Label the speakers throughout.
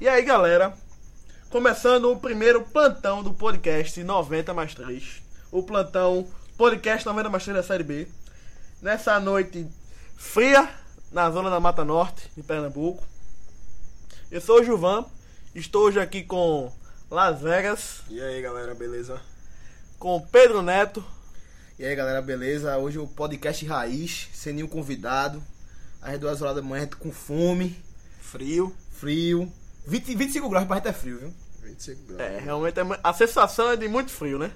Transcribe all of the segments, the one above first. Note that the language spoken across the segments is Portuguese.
Speaker 1: E aí, galera? Começando o primeiro plantão do podcast 90 mais 3. O plantão podcast 90 mais 3 da Série B. Nessa noite fria, na zona da Mata Norte, de Pernambuco. Eu sou o Juvan. Estou hoje aqui com Las Vegas,
Speaker 2: E aí galera, beleza?
Speaker 1: com Pedro Neto,
Speaker 2: E aí galera, beleza? Hoje é o podcast Raiz, sem nenhum convidado. Às duas horas da manhã, a gente com fome,
Speaker 1: Frio.
Speaker 2: frio. 20, 25 graus pra gente é frio, viu?
Speaker 3: 25 graus.
Speaker 1: É, realmente é mu- a sensação é de muito frio, né?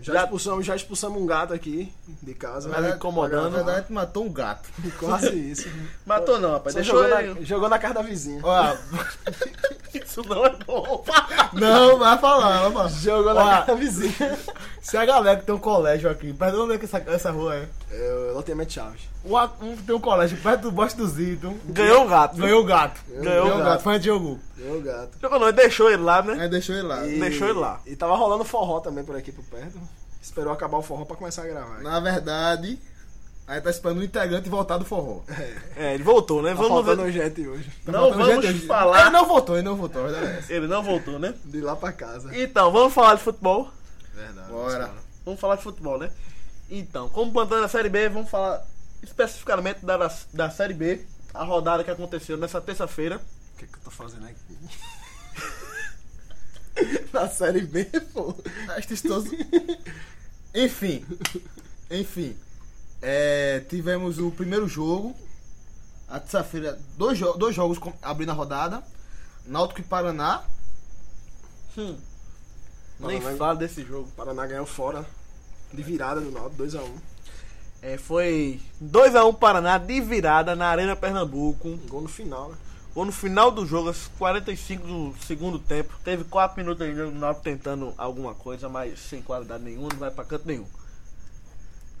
Speaker 3: Já,
Speaker 1: Já-
Speaker 3: expulsamos, já expulsamos um gato aqui de casa.
Speaker 1: Mas-
Speaker 3: né?
Speaker 1: Tá incomodando.
Speaker 2: Na verdade, a gente matou um gato.
Speaker 3: Quase isso.
Speaker 1: Matou não, rapaz.
Speaker 3: Só
Speaker 1: Deixou
Speaker 3: jogou,
Speaker 1: ele-
Speaker 3: na, jogou na casa da vizinha.
Speaker 2: Ó,
Speaker 1: Isso não é bom.
Speaker 2: não, vai falar, vai falar.
Speaker 3: Jogou na
Speaker 2: Ó.
Speaker 3: casa da vizinha.
Speaker 2: Se a galera que tem um colégio aqui, perto de onde é que essa, essa rua é?
Speaker 3: É, o loteamento Chaves.
Speaker 2: Uma- Um, tem um colégio perto do Bosque do Zito.
Speaker 1: Ganhou o gato.
Speaker 2: Ganhou o gato.
Speaker 1: Ganhou o gato.
Speaker 2: Foi a gente jogou.
Speaker 3: Meu gato.
Speaker 1: Jogou não, deixou ele lá, né?
Speaker 2: Aí deixou ele lá.
Speaker 3: E-
Speaker 1: Deixou ele lá.
Speaker 3: E tava rolando forró também por aqui por perto. Esperou acabar o forró pra começar a gravar.
Speaker 2: Na verdade, aí tá esperando o integrante voltar do forró.
Speaker 1: É, ele voltou, né?
Speaker 3: Tá
Speaker 1: Vamos
Speaker 3: faltando
Speaker 1: ver.
Speaker 3: gente hoje.
Speaker 2: Tá
Speaker 1: Não
Speaker 2: faltando
Speaker 1: vamos
Speaker 2: gente.
Speaker 1: falar.
Speaker 2: Ele não voltou, ele não voltou, a verdade é essa.
Speaker 1: Ele não voltou, né?
Speaker 3: De lá pra casa.
Speaker 1: Então, vamos falar de futebol.
Speaker 3: Verdade.
Speaker 2: Bora.
Speaker 1: Vamos falar de futebol, né? Então, como plantando na Série B, vamos falar especificamente da, da, da Série B, a rodada que aconteceu nessa terça-feira.
Speaker 3: O que, que eu tô fazendo aqui? na série B, pô.
Speaker 2: Astistoso. enfim. Enfim. É, tivemos o primeiro jogo. A terça-feira, dois, jo- dois jogos com- abrindo a rodada. Náutico e Paraná.
Speaker 1: Hum. Nem
Speaker 3: Parabéns.
Speaker 1: fala desse jogo.
Speaker 3: Paraná ganhou fora. De virada do Náutico, 2x1.
Speaker 1: É, foi 2x1 Paraná de virada na Arena Pernambuco.
Speaker 3: Um gol no final, né?
Speaker 1: Ou no final do jogo, aos 45 do segundo tempo, teve 4 minutos ainda o Náutico tentando alguma coisa, mas sem qualidade nenhuma, não vai pra canto nenhum.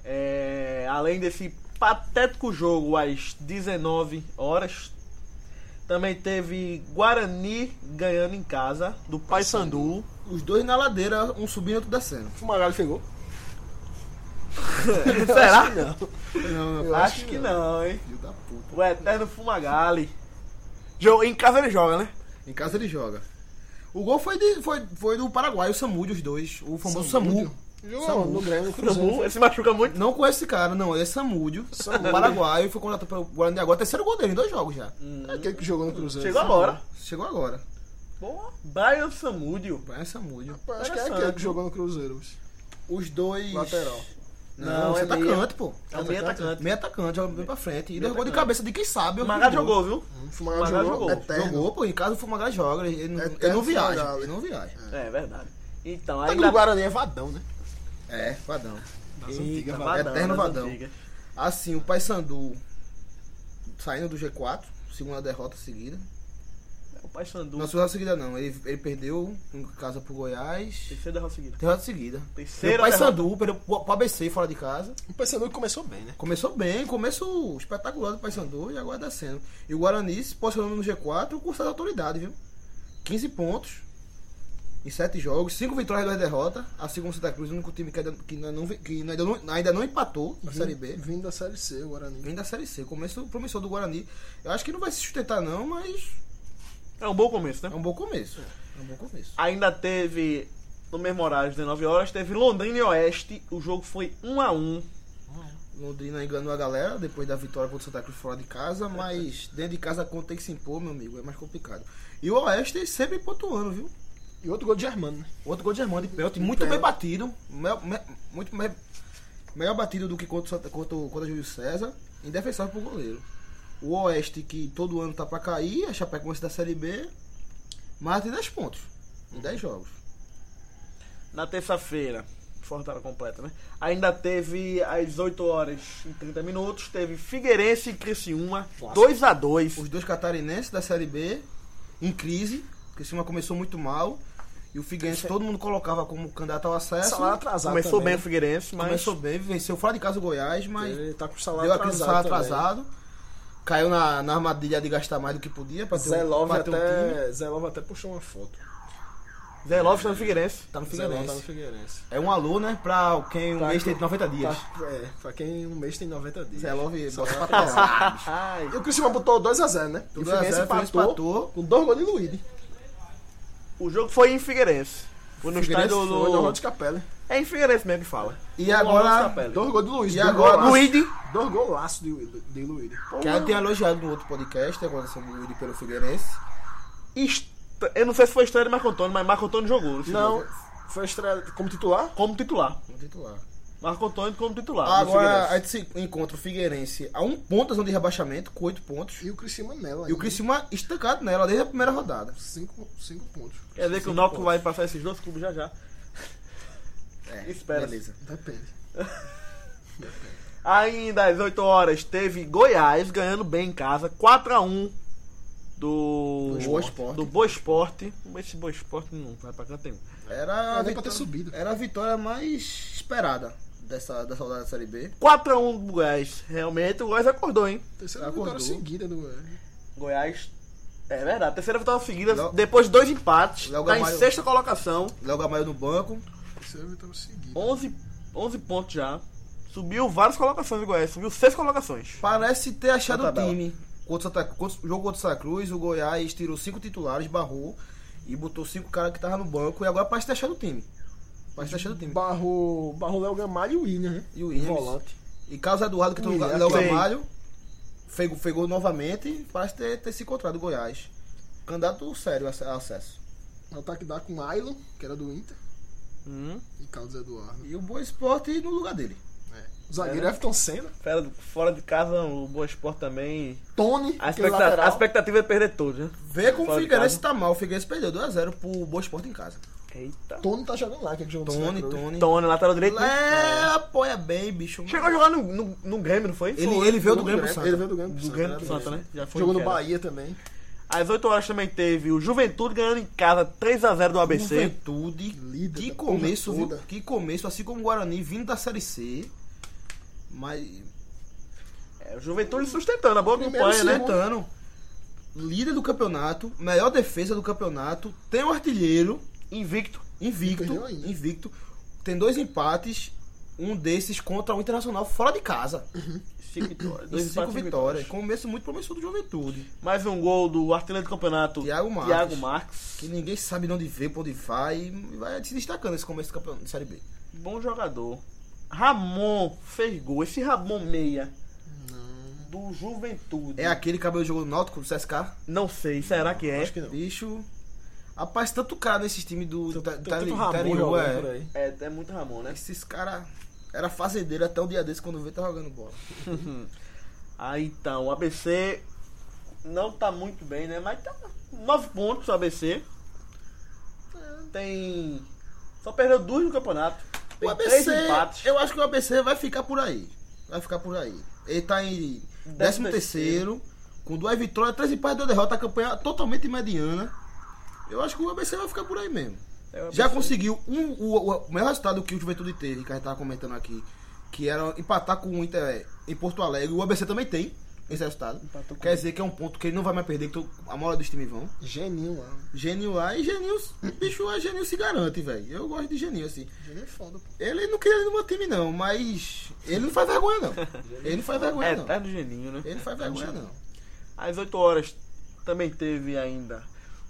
Speaker 1: É, além desse patético jogo às 19 horas, também teve Guarani ganhando em casa do Paysandu.
Speaker 2: Os dois na ladeira, um subindo e outro descendo.
Speaker 3: Fumagalho fegou?
Speaker 1: Será? Não.
Speaker 2: Não, não,
Speaker 3: Eu
Speaker 1: Acho, que não, hein?
Speaker 2: Filho da puta.
Speaker 1: O eterno Fumagalli. Jo- Em casa ele joga, né?
Speaker 2: Em casa ele joga. O gol foi, de- foi, foi do Paraguai, o Samudio, os dois. O famoso Samu.
Speaker 3: Samúdio?
Speaker 2: Samu.
Speaker 3: no Grêmio, no Cruzeiro.
Speaker 1: Ele se machuca muito.
Speaker 2: Não conheço esse cara, não. Ele é Samúdio.
Speaker 3: Samúdio.
Speaker 2: O Paraguai foi contratado pelo Guarani agora. Terceiro gol dele, em dois jogos já.
Speaker 3: É Aquele que jogou no Cruzeiro.
Speaker 1: Chegou agora.
Speaker 2: Chegou agora.
Speaker 1: Boa. Brian Samúdio.
Speaker 2: Vai é Samúdio.
Speaker 3: Pô, Acho que é
Speaker 1: Interessante.
Speaker 3: aquele que jogou no Cruzeiro. bicho.
Speaker 2: Os dois.
Speaker 3: Lateral.
Speaker 2: Não,
Speaker 1: Não,
Speaker 2: é
Speaker 1: é meia.
Speaker 2: atacante, pô.
Speaker 1: É o meio atacante.
Speaker 2: Meio atacante, joga bem pra frente. E
Speaker 1: Meio
Speaker 2: deu gol de
Speaker 1: atacante.
Speaker 2: cabeça de quem sabe.
Speaker 1: O
Speaker 2: eu
Speaker 1: Magá
Speaker 2: não
Speaker 1: jogou, viu?
Speaker 3: O Fumagalho
Speaker 1: Fumagalli
Speaker 3: jogou.
Speaker 1: jogou.
Speaker 3: Eterno.
Speaker 2: Jogou, pô. Em casa o Fumagalli joga. Ele, ele, não- ele
Speaker 3: Eterno
Speaker 2: não viaja.
Speaker 3: Fumagalli.
Speaker 2: Ele não viaja.
Speaker 1: É verdade. Então,
Speaker 3: Tá
Speaker 1: aí
Speaker 3: que o Guarani é vadão, né?
Speaker 2: É, vadão.
Speaker 3: Das
Speaker 1: Eita,
Speaker 3: antigas,
Speaker 1: vadão,
Speaker 3: vadão.
Speaker 2: Eterno
Speaker 1: das
Speaker 2: vadão.
Speaker 1: antigas.
Speaker 2: Assim, o Paysandu saindo do G4, segunda derrota seguida.
Speaker 1: O Paysandu.
Speaker 2: Não, segunda seguida não. Ele, ele perdeu em casa pro Goiás.
Speaker 1: Terceira derrota seguida.
Speaker 2: Derrota seguida.
Speaker 1: Terceira
Speaker 2: O Paysandu perdeu pro pro ABC fora de casa.
Speaker 3: O Paysandu que começou bem, né?
Speaker 2: Começou bem, começo espetacular do Paysandu e agora descendo. E o Guarani se posicionando no G4 com certa autoridade, viu? 15 pontos em 7 jogos, 5 vitórias e 2 derrotas, assim como o Santa Cruz, o único time que ainda, que ainda não, vi- que ainda não, ainda não empatou na Série B.
Speaker 3: Vindo da Série C, o Guarani.
Speaker 2: Vem da Série C, começo promissor do Guarani. Eu acho que não vai se sustentar não, mas
Speaker 1: É um bom começo,
Speaker 2: é
Speaker 1: né?
Speaker 2: um bom começo. É um bom começo.
Speaker 1: Ainda teve, no mesmo horário, às 19 horas, teve Londrina e Oeste. O jogo foi 1x1.
Speaker 2: Londrina enganou a galera depois da vitória contra o Santa Cruz fora de casa, mas dentro de casa a conta tem que se impor, meu amigo, é mais complicado. E o Oeste sempre pontuando, viu?
Speaker 3: E outro gol de
Speaker 2: É,
Speaker 3: Germano, né?
Speaker 2: Outro gol de Germano de pênalti, muito bem batido. mel- me- muito me- melhor batido do que contra, o Santa- contra, o- contra o Júlio César. Indefensável pro goleiro. O Oeste, que todo ano tá pra cair, a Chapecoense da Série B, mas tem 10 pontos em 10 jogos.
Speaker 1: Na terça-feira, fortada completa, né? Ainda teve às 18 horas e 30 minutos, teve Figueirense e Criciúma,
Speaker 3: Clássico.
Speaker 1: 2x2.
Speaker 2: Os dois catarinenses da Série B em crise, porque o Cima começou muito mal. E o Figueirense todo mundo colocava como candidato ao acesso.
Speaker 3: É Salário atrasado
Speaker 1: Começou
Speaker 3: também,
Speaker 1: bem o Figueirense, mas
Speaker 2: Começou bem, venceu fora de casa o Goiás,
Speaker 3: né?
Speaker 2: mas
Speaker 3: Ele tá com o
Speaker 2: Deu
Speaker 3: salário
Speaker 2: aquele
Speaker 3: atrasado
Speaker 2: salário
Speaker 3: também.
Speaker 2: atrasado. Caiu na, na armadilha de gastar mais do que podia pra ter,
Speaker 3: Zé
Speaker 2: um-
Speaker 3: Love
Speaker 2: pra ter um time.
Speaker 3: até... Zé Love até puxou uma foto.
Speaker 1: Zé Lopes tá no Figueirense.
Speaker 2: Tá no
Speaker 3: Zé Lopes tá no
Speaker 2: Figueirense.
Speaker 3: Figueirense.
Speaker 2: É um alô, né? Pra quem o
Speaker 3: Tá
Speaker 2: mês
Speaker 3: aqui.
Speaker 2: tem 90 dias.
Speaker 3: Tá- é, pra quem um mês tem 90 dias.
Speaker 2: Zé Lopes,
Speaker 3: Só
Speaker 2: bota pra
Speaker 3: pra
Speaker 2: trás.
Speaker 1: Ai.
Speaker 3: E o Cristiano botou 2x0, né? E o
Speaker 2: 2 a 0,
Speaker 3: Figueirense
Speaker 2: Figueirense
Speaker 3: empatou,
Speaker 2: é empatou. Tá
Speaker 3: com dois gols de Luíde.
Speaker 1: O jogo foi em Figueirense. Foi no
Speaker 2: Figueirense
Speaker 1: estádio
Speaker 3: Foi no
Speaker 1: do...
Speaker 3: Ronaldo Capelli.
Speaker 1: É em Figueirense mesmo que fala.
Speaker 2: E
Speaker 1: Alonso
Speaker 2: agora,
Speaker 1: Capelli.
Speaker 3: Dois gols de Luíde.
Speaker 2: E
Speaker 3: dois
Speaker 2: agora-
Speaker 3: golaços.
Speaker 1: Luíde.
Speaker 3: Dois golaços de Luíde. De Luíde. Pô,
Speaker 2: que eu tenho elogiado no outro podcast, a condição do Yuri pelo Figueirense.
Speaker 1: est- Eu não sei se foi estreia de Marco Antônio, mas Marco Antônio jogou. nesse
Speaker 3: Não,
Speaker 1: jogo.
Speaker 3: foi a estreia como titular?
Speaker 1: Como titular.
Speaker 2: No Um titular.
Speaker 1: Marco Antônio como titular. no
Speaker 2: Ah, Agora,
Speaker 1: Figueirense.
Speaker 2: a gente se encontra o Figueirense a um ponto da zona de rebaixamento, com oito pontos.
Speaker 3: E o Criciúma nela.
Speaker 2: E o Criciúma estancado nela desde a primeira rodada.
Speaker 3: 5 né? pontos.
Speaker 1: Quer dizer que o
Speaker 3: Cinco
Speaker 1: Náutico
Speaker 3: pontos.
Speaker 1: vai passar esses dois clubes já já.
Speaker 2: É,
Speaker 1: Espera.
Speaker 2: Beleza.
Speaker 3: Depende.
Speaker 1: Ainda às 8 horas teve Goiás ganhando bem em casa, 4x1 do,
Speaker 2: Do Boa Esporte.
Speaker 1: do Boa Esporte. Esse Boa Esporte não vai pra canto nenhum.
Speaker 2: Era a,
Speaker 3: Não deu pra
Speaker 2: vitória,
Speaker 3: ter subido.
Speaker 2: era a vitória mais esperada dessa, dessa rodada da Série B.
Speaker 1: 4x1 do Goiás. Realmente o Goiás acordou, hein?
Speaker 3: Terceira
Speaker 2: Acordou.
Speaker 3: vitória seguida do.
Speaker 1: Goiás. É verdade, terceira vitória seguida,
Speaker 2: Léo-
Speaker 1: depois de dois empates,
Speaker 2: Léo
Speaker 1: tá em
Speaker 2: Gamalho-
Speaker 1: sexta colocação,
Speaker 2: Léo Gamalho no banco.
Speaker 3: Terceira vitória seguida.
Speaker 1: 11, 11 pontos já. Subiu várias colocações do Goiás, subiu seis colocações.
Speaker 2: Parece ter achado
Speaker 1: Na
Speaker 2: o
Speaker 1: tabela.
Speaker 2: time. Contra o Santa- contra o jogo contra o Santa Cruz, o Goiás tirou cinco titulares, barrou e botou cinco caras que estavam no banco. E agora parece ter achado o time. Parece ter achado o time.
Speaker 3: Barro, Barro Léo Gamalho e o William, né?
Speaker 2: E o Williams.
Speaker 3: Volante.
Speaker 2: E Carlos Eduardo, que tem
Speaker 3: William,
Speaker 2: o Léo
Speaker 1: ok.
Speaker 2: Gamalho, fegou, fegou novamente. Parece ter, ter se encontrado o Goiás. Candidato sério a acesso.
Speaker 3: O ataque dá com Ailon, que era do Inter,
Speaker 1: Hum,
Speaker 3: e Carlos Eduardo.
Speaker 2: E o Boa Esporte no lugar dele.
Speaker 3: É. O zagueiro Everton Senna.
Speaker 1: fera do- fora de casa, o Boa Esporte também.
Speaker 3: Tony,
Speaker 1: A,
Speaker 3: aquele
Speaker 1: expecta-
Speaker 3: lateral.
Speaker 1: a expectativa é perder todos, né?
Speaker 2: Vê como o
Speaker 1: Fora de
Speaker 2: Figueirense
Speaker 1: casa.
Speaker 2: tá mal. O Figueirense perdeu 2x0 pro Boa Esporte em casa.
Speaker 1: Eita.
Speaker 3: Tony tá jogando lá, que é que jogou no
Speaker 2: Tony,
Speaker 3: Santa Cruz.
Speaker 2: Tony.
Speaker 1: Tony, lateral direito. né?
Speaker 2: Lé, apoia bem, bicho.
Speaker 1: Chegou a jogar no, no, no Grêmio, não foi?
Speaker 2: é- Ele,
Speaker 1: Foi.
Speaker 2: ele veio do Grêmio pro
Speaker 3: né? Ele
Speaker 2: Santa.
Speaker 3: veio do Grêmio pro
Speaker 1: Do
Speaker 3: Santa,
Speaker 1: Grêmio
Speaker 3: né?
Speaker 1: pro Santa, né? Já foi
Speaker 3: Jogou no
Speaker 1: queda.
Speaker 3: Bahia também.
Speaker 1: Às 8 horas também teve o Juventude ganhando em casa 3x0 do ABC.
Speaker 2: Juventude,
Speaker 3: Líder
Speaker 2: que
Speaker 3: da
Speaker 2: começo,
Speaker 3: porra
Speaker 2: viu?
Speaker 3: toda.
Speaker 2: que começo, assim como o Guarani vindo da Série C, mas
Speaker 1: É, o Juventude sustentando a boa
Speaker 3: Primeiro,
Speaker 1: campanha, né?
Speaker 3: segundo.
Speaker 2: tentando, líder do campeonato, melhor defesa do campeonato, tem um artilheiro
Speaker 1: Invicto.
Speaker 2: invicto,
Speaker 3: Perdeu ainda.
Speaker 2: invicto, tem dois empates, um desses contra o Internacional fora de casa,
Speaker 1: Cinco vitórias.
Speaker 2: e
Speaker 1: Dois empates,
Speaker 2: cinco
Speaker 1: cinco
Speaker 2: vitórias, começo muito promissor do Juventude,
Speaker 1: Mais um gol do artilheiro do campeonato,
Speaker 2: Thiago Marques.
Speaker 1: Thiago Marques.
Speaker 2: que ninguém sabe de onde veio, pra onde vai, e vai se destacando esse começo do campeonato de Série B.
Speaker 1: Bom jogador. Ramon fez gol. Esse Ramon meia
Speaker 3: Não.
Speaker 1: do Juventude.
Speaker 2: É aquele cabelo jogou no Náutico, do CSK?
Speaker 1: Não sei, será que é?
Speaker 3: Acho que não.
Speaker 2: Bicho. Rapaz, tanto cara nesses times do Ita-
Speaker 3: Então, Tem tanto
Speaker 2: Itali-
Speaker 3: Ramon
Speaker 2: interior,
Speaker 3: jogando por
Speaker 2: é.
Speaker 3: aí.
Speaker 1: É, é muito Ramon, né?
Speaker 2: Esses caras era fazendeiro até um dia desse quando veio tá jogando bola.
Speaker 1: Aí então, o ABC não tá muito bem, né? Mas tá 9 pontos o ABC. Tem. Só perdeu duas no campeonato. Tem
Speaker 2: O
Speaker 1: três
Speaker 2: ABC,
Speaker 1: empates.
Speaker 2: eu acho que o ABC vai ficar por aí. Vai ficar por aí. Ele tá em 13 terceiro, com duas vitórias, três empates, duas derrotas, a campanha totalmente mediana. Eu acho que o ABC vai ficar por aí mesmo.
Speaker 1: É, o ABC
Speaker 2: Já conseguiu um, o, o melhor resultado que o Juventude teve, que a gente tava comentando aqui, que era empatar com o Inter é, em Porto Alegre. O ABC também tem esse resultado.
Speaker 1: Empatou com
Speaker 2: Quer dizer que é um ponto que ele não vai mais perder, que to- a maioria dos times vão.
Speaker 3: Geninho lá.
Speaker 2: Genil lá e Genil, bicho, a Genil se garante, velho. Eu gosto de Genil, assim.
Speaker 3: Geninho é foda, pô.
Speaker 2: Ele não queria ir no meu time, não, mas ele não faz vergonha, não. Ele não faz
Speaker 1: É,
Speaker 2: vergonha, não.
Speaker 1: tá do geninho, né?
Speaker 2: Ele não faz vergonha, não.
Speaker 1: Às 8 horas também teve ainda.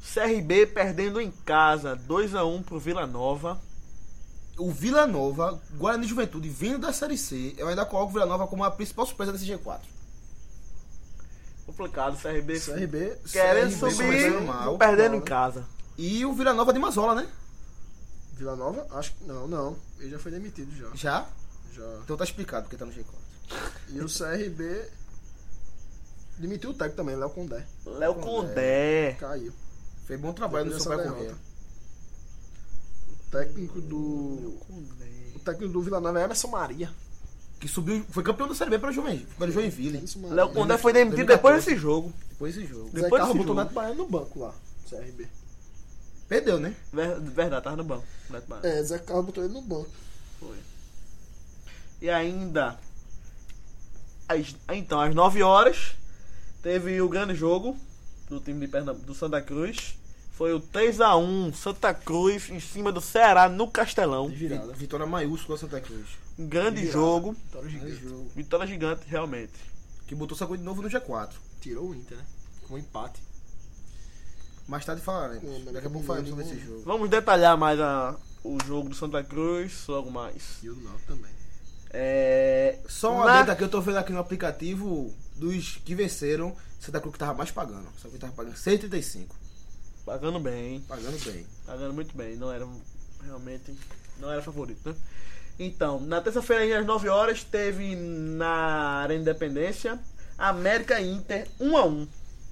Speaker 1: CRB perdendo em casa, 2x1 pro Vila Nova.
Speaker 2: O Vila Nova, Guarani Juventude, vindo da Série C, eu ainda coloco o Vila Nova como a principal surpresa desse G4.
Speaker 1: Complicado, CRB.
Speaker 3: CRB.
Speaker 1: Querendo
Speaker 3: CRB
Speaker 1: subir,
Speaker 2: começando mal,
Speaker 1: perdendo
Speaker 3: mal,
Speaker 1: em
Speaker 3: né?
Speaker 1: casa.
Speaker 2: E o Vila Nova de Mazola, né?
Speaker 3: Vila Nova? Acho que não, não. Ele já foi demitido já.
Speaker 2: Já?
Speaker 3: já.
Speaker 2: Então tá explicado porque tá no G4.
Speaker 3: E o CRB demitiu o técnico também, Léo Condé.
Speaker 1: Léo Condé.
Speaker 3: Caiu.
Speaker 2: Fez bom trabalho no
Speaker 3: Depois
Speaker 2: seu
Speaker 3: dessa
Speaker 2: pai
Speaker 3: derrota.
Speaker 2: correr.
Speaker 3: O técnico do. O
Speaker 1: Condé.
Speaker 3: técnico do Vila Nova é Emerson Maria.
Speaker 2: Que subiu, foi campeão da Série B para Joinville, para Joinville.
Speaker 3: Emerson Maria. né?
Speaker 1: Léo Condé foi demitido
Speaker 2: 2014.
Speaker 1: depois desse jogo.
Speaker 2: Depois desse jogo.
Speaker 3: Zé
Speaker 1: depois
Speaker 3: Carlos
Speaker 1: desse
Speaker 3: botou o
Speaker 1: jogo.
Speaker 3: Neto Baiano no banco lá. CRB.
Speaker 2: Perdeu, né?
Speaker 1: Ver- Verdade, tava no banco. né, Neto Baiano.
Speaker 3: É, Zé Carlos botou ele no banco.
Speaker 1: Foi. E ainda. às- então, às 9 horas, teve o grande jogo do time de Pernambuco, do Santa Cruz. Foi o 3x1 Santa Cruz em cima do Ceará no Castelão.
Speaker 3: De virada.
Speaker 2: Vi- Vitória maiúscula Santa Cruz.
Speaker 1: Um grande
Speaker 3: Virada.
Speaker 1: jogo.
Speaker 3: Vitória
Speaker 2: Grande
Speaker 3: gigante.
Speaker 2: jogo.
Speaker 1: Vitória gigante, realmente.
Speaker 2: Que botou Santa Cruz de novo no G4.
Speaker 3: Tirou o Inter, né? Com um empate.
Speaker 2: Mais tarde falaremos.
Speaker 3: É, mas
Speaker 2: Daqui a
Speaker 3: eu
Speaker 2: pouco
Speaker 3: não
Speaker 2: falaremos
Speaker 3: lembro
Speaker 2: sobre esse
Speaker 3: não.
Speaker 2: jogo.
Speaker 1: Vamos detalhar mais a- o jogo do Santa Cruz logo mais.
Speaker 3: E o do Náutico também.
Speaker 1: É,
Speaker 2: Só um
Speaker 1: na-
Speaker 2: adendo aqui, eu tô vendo aqui no aplicativo dos que venceram, Santa Cruz que tava mais pagando. Santa Cruz tava pagando 135.
Speaker 1: Pagando bem, hein?
Speaker 2: Pagando bem.
Speaker 1: Pagando Tá muito bem. Não era um- realmente. Não era favorito, né? Então, na terça-feira, às 9 horas, teve na Arena Independência América e Inter 1 a 1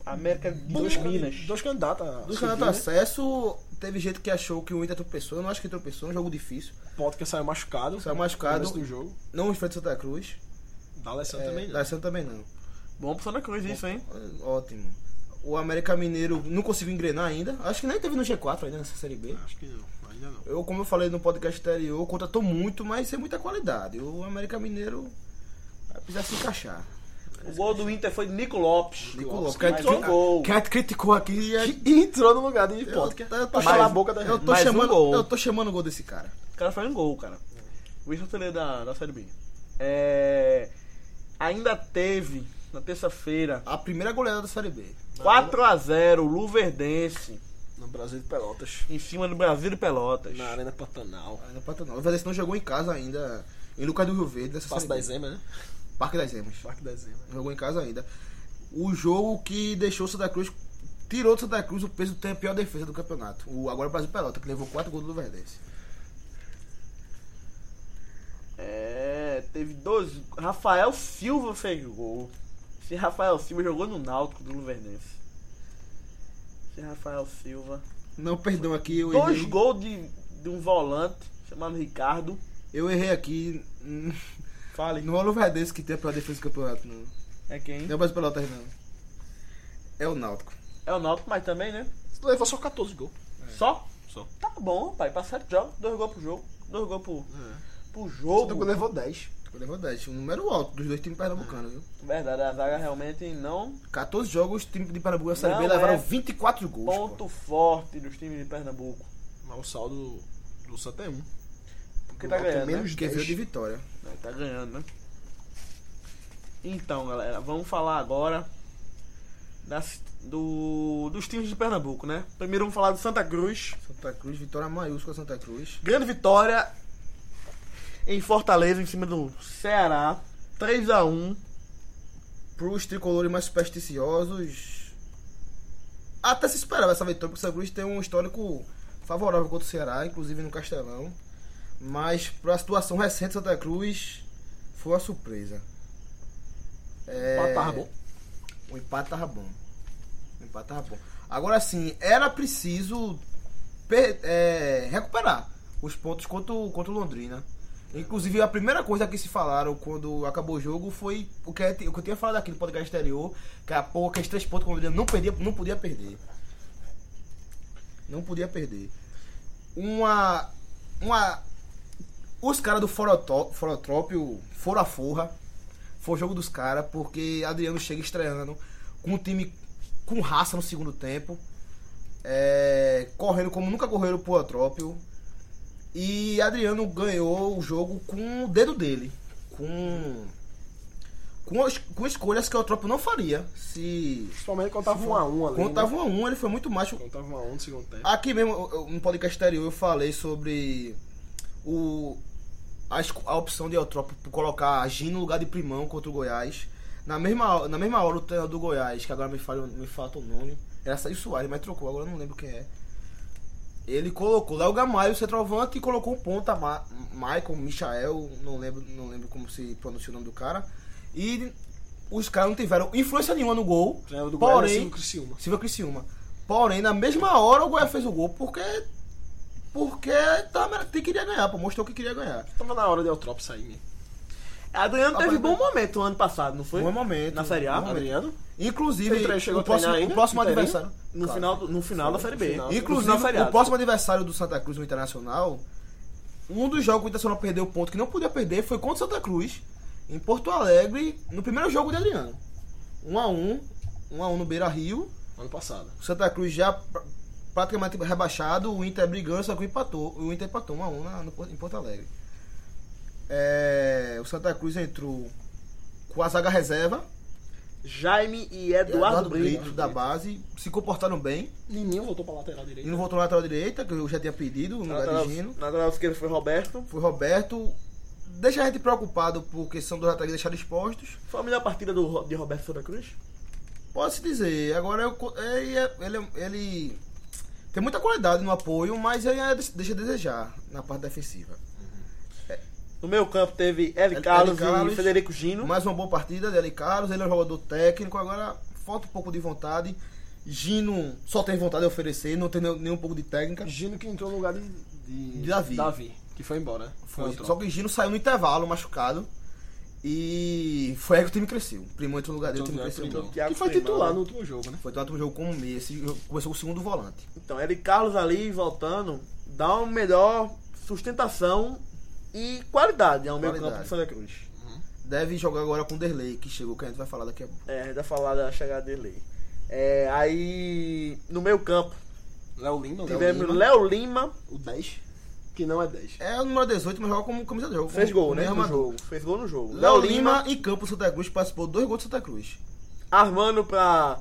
Speaker 1: América
Speaker 3: Dois,
Speaker 1: dos
Speaker 3: can-
Speaker 1: Minas.
Speaker 3: dois candidatos. a
Speaker 2: Dos
Speaker 3: subir,
Speaker 2: candidatos a
Speaker 3: né?
Speaker 2: acesso, teve gente que achou que o Inter tropeçou. Eu não acho que tropeçou, é um jogo difícil.
Speaker 3: Potker saiu machucado. É,
Speaker 2: Saiu machucado.
Speaker 3: No começo do jogo.
Speaker 2: Não enfrenta Santa Cruz. É,
Speaker 3: Da Alessandro também não.
Speaker 2: Da Santa também não.
Speaker 1: Bom pro Santa Cruz isso, hein?
Speaker 2: Ótimo. O América Mineiro não conseguiu engrenar ainda. Acho que nem teve no G4 ainda nessa Série B.
Speaker 3: Acho que não. Ainda não.
Speaker 2: Eu, como eu falei no podcast anterior, contratou muito, mas sem muita qualidade. O América Mineiro vai precisar se encaixar.
Speaker 1: O gol do Inter foi de Nico Lopes.
Speaker 2: Nico Lopes,
Speaker 1: mais
Speaker 2: que-
Speaker 1: um
Speaker 2: que-
Speaker 1: gol.
Speaker 2: que criticou aqui. é-
Speaker 3: Que entrou no lugar de Potker.
Speaker 2: Eu- eu tô
Speaker 3: Pra calar a
Speaker 2: chamando-
Speaker 3: boca da
Speaker 2: eu
Speaker 3: gente.
Speaker 2: tô
Speaker 1: Mais um
Speaker 2: chamando,
Speaker 1: gol.
Speaker 2: eu tô chamando o gol desse cara.
Speaker 1: O cara faz um gol, cara. O isso é da, da Série B. É, ainda teve, na terça-feira,
Speaker 2: A primeira goleada da Série B.
Speaker 1: 4x0 Luverdense
Speaker 3: No Brasil de Pelotas.
Speaker 1: em cima do Brasil de Pelotas.
Speaker 3: Na Arena Pantanal.
Speaker 2: Ainda Pantanal. O Valdez não jogou em casa ainda. Em Lucas do Rio Verde, nessa
Speaker 3: Passo
Speaker 2: Série B.
Speaker 3: das Emas, né?
Speaker 2: Parque das Emas.
Speaker 3: Parque das Emas.
Speaker 2: Jogou em casa ainda. O jogo que deixou o Santa Cruz. Tirou do Santa Cruz o peso de ter a pior defesa do campeonato. O agora o Brasil Pelota, que levou 4 gols do Luverdense.
Speaker 1: É, teve dois. Rafael Silva fez gol. Se Rafael Silva jogou no Náutico do Luverdense. Se Rafael Silva.
Speaker 2: Não, perdão aqui, eu
Speaker 1: Dois
Speaker 2: errei.
Speaker 1: gols de, de um volante chamado Ricardo.
Speaker 2: Eu errei aqui. hum,
Speaker 1: Fale.
Speaker 2: Não é o Luverdense que tem a pior defesa do campeonato, não.
Speaker 1: É quem?
Speaker 2: Não é o Brasil Pelotas, não. É o Náutico.
Speaker 1: É o Náutico, mas também, né?
Speaker 3: Tu levou só 14 gols.
Speaker 1: Só?
Speaker 3: Só.
Speaker 1: Tá bom, pai. Pra sete jogos, dois gols pro jogo. Dois gols pro,
Speaker 3: É.
Speaker 1: pro
Speaker 3: O
Speaker 2: tá
Speaker 3: Tucu
Speaker 1: jogo.
Speaker 3: levou 10.
Speaker 2: Levou 10. Um número alto dos dois times pernambucanos, viu?
Speaker 1: Verdade, a zaga realmente não.
Speaker 2: 14 jogos, os times de Pernambuco na Série B
Speaker 1: Não
Speaker 2: levaram
Speaker 1: é
Speaker 2: 24 gols. pô.
Speaker 1: Ponto forte dos times de Pernambuco.
Speaker 3: Mas o saldo do Santa é 1.
Speaker 1: Porque tá
Speaker 3: Bota
Speaker 1: ganhando. né?
Speaker 2: é Menos que veio de vitória.
Speaker 1: É, Tá ganhando, né? Então, galera, vamos falar agora das, do, dos times de Pernambuco, né? Primeiro vamos falar do Santa Cruz.
Speaker 2: Santa Cruz, vitória maiúscula Santa Cruz.
Speaker 1: Grande vitória em Fortaleza, em cima do Ceará. 3x1.
Speaker 2: pros tricolores mais supersticiosos, até se esperava essa vitória, porque o Santa Cruz tem um histórico favorável contra o Ceará, inclusive no Castelão. Mas para a situação recente do Santa Cruz, foi uma surpresa. É,
Speaker 3: Empate tava bom.
Speaker 2: O empate tava bom. O empate tava bom. Agora sim, era preciso per- é, recuperar os pontos contra, o- contra o Londrina. né? Inclusive, a primeira coisa que se falaram quando acabou o jogo foi o que, eu- o que eu tinha falado aqui no podcast anterior, que a pouco aqueles três pontos que o Londrina não, perdia, não podia perder. Não podia perder. Uma... uma os caras do Forotó- Forotrópio foram a forra. Foi o jogo dos caras, porque Adriano chega estreando com o time com raça no segundo tempo. É, correndo como nunca correram pro Atrópio. E Adriano ganhou o jogo com o dedo dele. Com. Com, as- com escolhas que o Atrópio não faria. Se.
Speaker 3: Principalmente quando tava Ah, 1 a 1 ali.
Speaker 2: Quando
Speaker 3: né?
Speaker 2: tava 1 a 1 ele foi muito macho.
Speaker 3: Quando tava 1 a 1 no segundo tempo.
Speaker 2: Aqui mesmo, eu- eu- no podcast anterior, eu falei sobre o, a, esco- a opção de Eutrópio por colocar Gin no lugar de Primão contra o Goiás. Na mesma, ho- na mesma hora, o treinador do Goiás, que agora me, falha, me falta o nome, era Sérgio Soares, mas trocou, agora eu não lembro quem é. Ele colocou Léo Gamalho, centroavante, e colocou um ponta, Ma- Michael, Michael, não lembro, não lembro como se pronuncia o nome do cara. E os caras não tiveram influência nenhuma no gol,
Speaker 3: O treinador do Goiás
Speaker 2: porém...
Speaker 3: assim, o Criciúma.
Speaker 2: Silva Criciúma. Porém, na mesma hora o Goiás fez o gol porque. Porque tava, que queria ganhar, pô. Mostrou que queria ganhar.
Speaker 3: Tava na hora de Eutrop sair mesmo.
Speaker 1: Adriano teve
Speaker 2: Rapaz,
Speaker 1: bom momento ano passado, não foi?
Speaker 2: é- Bom momento.
Speaker 1: Na Série A?
Speaker 2: Bom momento.
Speaker 3: Adriano?
Speaker 2: Inclusive,
Speaker 3: Ele tre- chegou
Speaker 2: o
Speaker 3: a treinar
Speaker 2: próximo,
Speaker 3: ainda?
Speaker 2: o próximo
Speaker 3: Interino?
Speaker 2: adversário.
Speaker 1: No
Speaker 2: Claro.
Speaker 1: final, no final da Série B.
Speaker 3: no final.
Speaker 1: No
Speaker 2: Inclusive,
Speaker 1: final
Speaker 2: o
Speaker 1: feriado.
Speaker 2: próximo adversário do Santa Cruz, o Internacional, um dos jogos que o Internacional perdeu ponto que não podia perder foi contra o Santa Cruz, em Porto Alegre, no primeiro jogo de Adriano. 1 a 1 1 a 1 no Beira Rio.
Speaker 3: Ano passado.
Speaker 2: O Santa Cruz já pra- praticamente rebaixado, o Inter brigando, só que empatou. O Inter empatou 1 a 1 na- no Porto- em Porto Alegre. É, o Santa Cruz entrou com a zaga reserva,
Speaker 1: Jaime e Eduardo,
Speaker 2: Eduardo
Speaker 1: Brito.
Speaker 2: Brito da base, se comportaram bem.
Speaker 3: Nininho voltou pra lateral
Speaker 2: E
Speaker 3: direito.
Speaker 2: não voltou na lateral direita, que eu já tinha pedido, no
Speaker 1: Na
Speaker 2: lugar
Speaker 1: lateral-
Speaker 2: de Gino.
Speaker 1: na lateral esquerda foi Roberto.
Speaker 2: Foi Roberto. Deixa a gente preocupado porque são dois ataques deixados expostos.
Speaker 1: Foi a melhor partida do, Ro- de Roberto Santa Cruz?
Speaker 2: Posso dizer, agora eu co- ele, é- ele, é- ele tem muita qualidade no apoio, mas ele é- deixa a desejar na parte defensiva.
Speaker 1: No meu campo teve Eric
Speaker 2: Eric
Speaker 1: Carlos,
Speaker 2: Carlos,
Speaker 1: e Federico Gino.
Speaker 2: Mais uma boa partida dele, Carlos. Ele é um jogador técnico, agora falta um pouco de vontade. Gino só tem vontade de oferecer, não tem nem- nem um pouco de técnica.
Speaker 3: Gino que entrou no lugar de, de-
Speaker 2: De Davi.
Speaker 3: que foi embora. né?
Speaker 2: Foi.
Speaker 3: Entrou.
Speaker 2: só que Gino saiu no intervalo, machucado. E foi aí que o time cresceu. Primo entrou no lugar dele, o time
Speaker 3: Entrou no
Speaker 2: cresceu.
Speaker 3: lugar do
Speaker 2: muito.
Speaker 1: Thiago
Speaker 3: que foi
Speaker 1: Simão.
Speaker 3: titular no último jogo, né?
Speaker 2: Foi tanto um jogo como esse, começou com o segundo volante.
Speaker 1: Então, Eric Carlos ali voltando, dá uma melhor sustentação e qualidade ao meio campo
Speaker 2: Qualidade.
Speaker 1: do Santa Cruz.
Speaker 2: Deve jogar agora com o Derlei, que chegou, que a gente vai falar daqui a pouco.
Speaker 1: É, da falar da chegada dele. É, aí, no meio campo,
Speaker 3: Léo Lima, Léo
Speaker 1: tivemos
Speaker 3: Lima.
Speaker 1: Léo Lima,
Speaker 3: O 10, que não é 10.
Speaker 2: É o número 18, mas joga como camisa de jogo.
Speaker 1: fez
Speaker 2: como-
Speaker 1: gol,
Speaker 2: como
Speaker 1: né? No
Speaker 2: armador.
Speaker 1: jogo. Fez gol no jogo.
Speaker 2: Léo Lima em campo do Santa Cruz participou dois gols do Santa Cruz.
Speaker 1: armando pra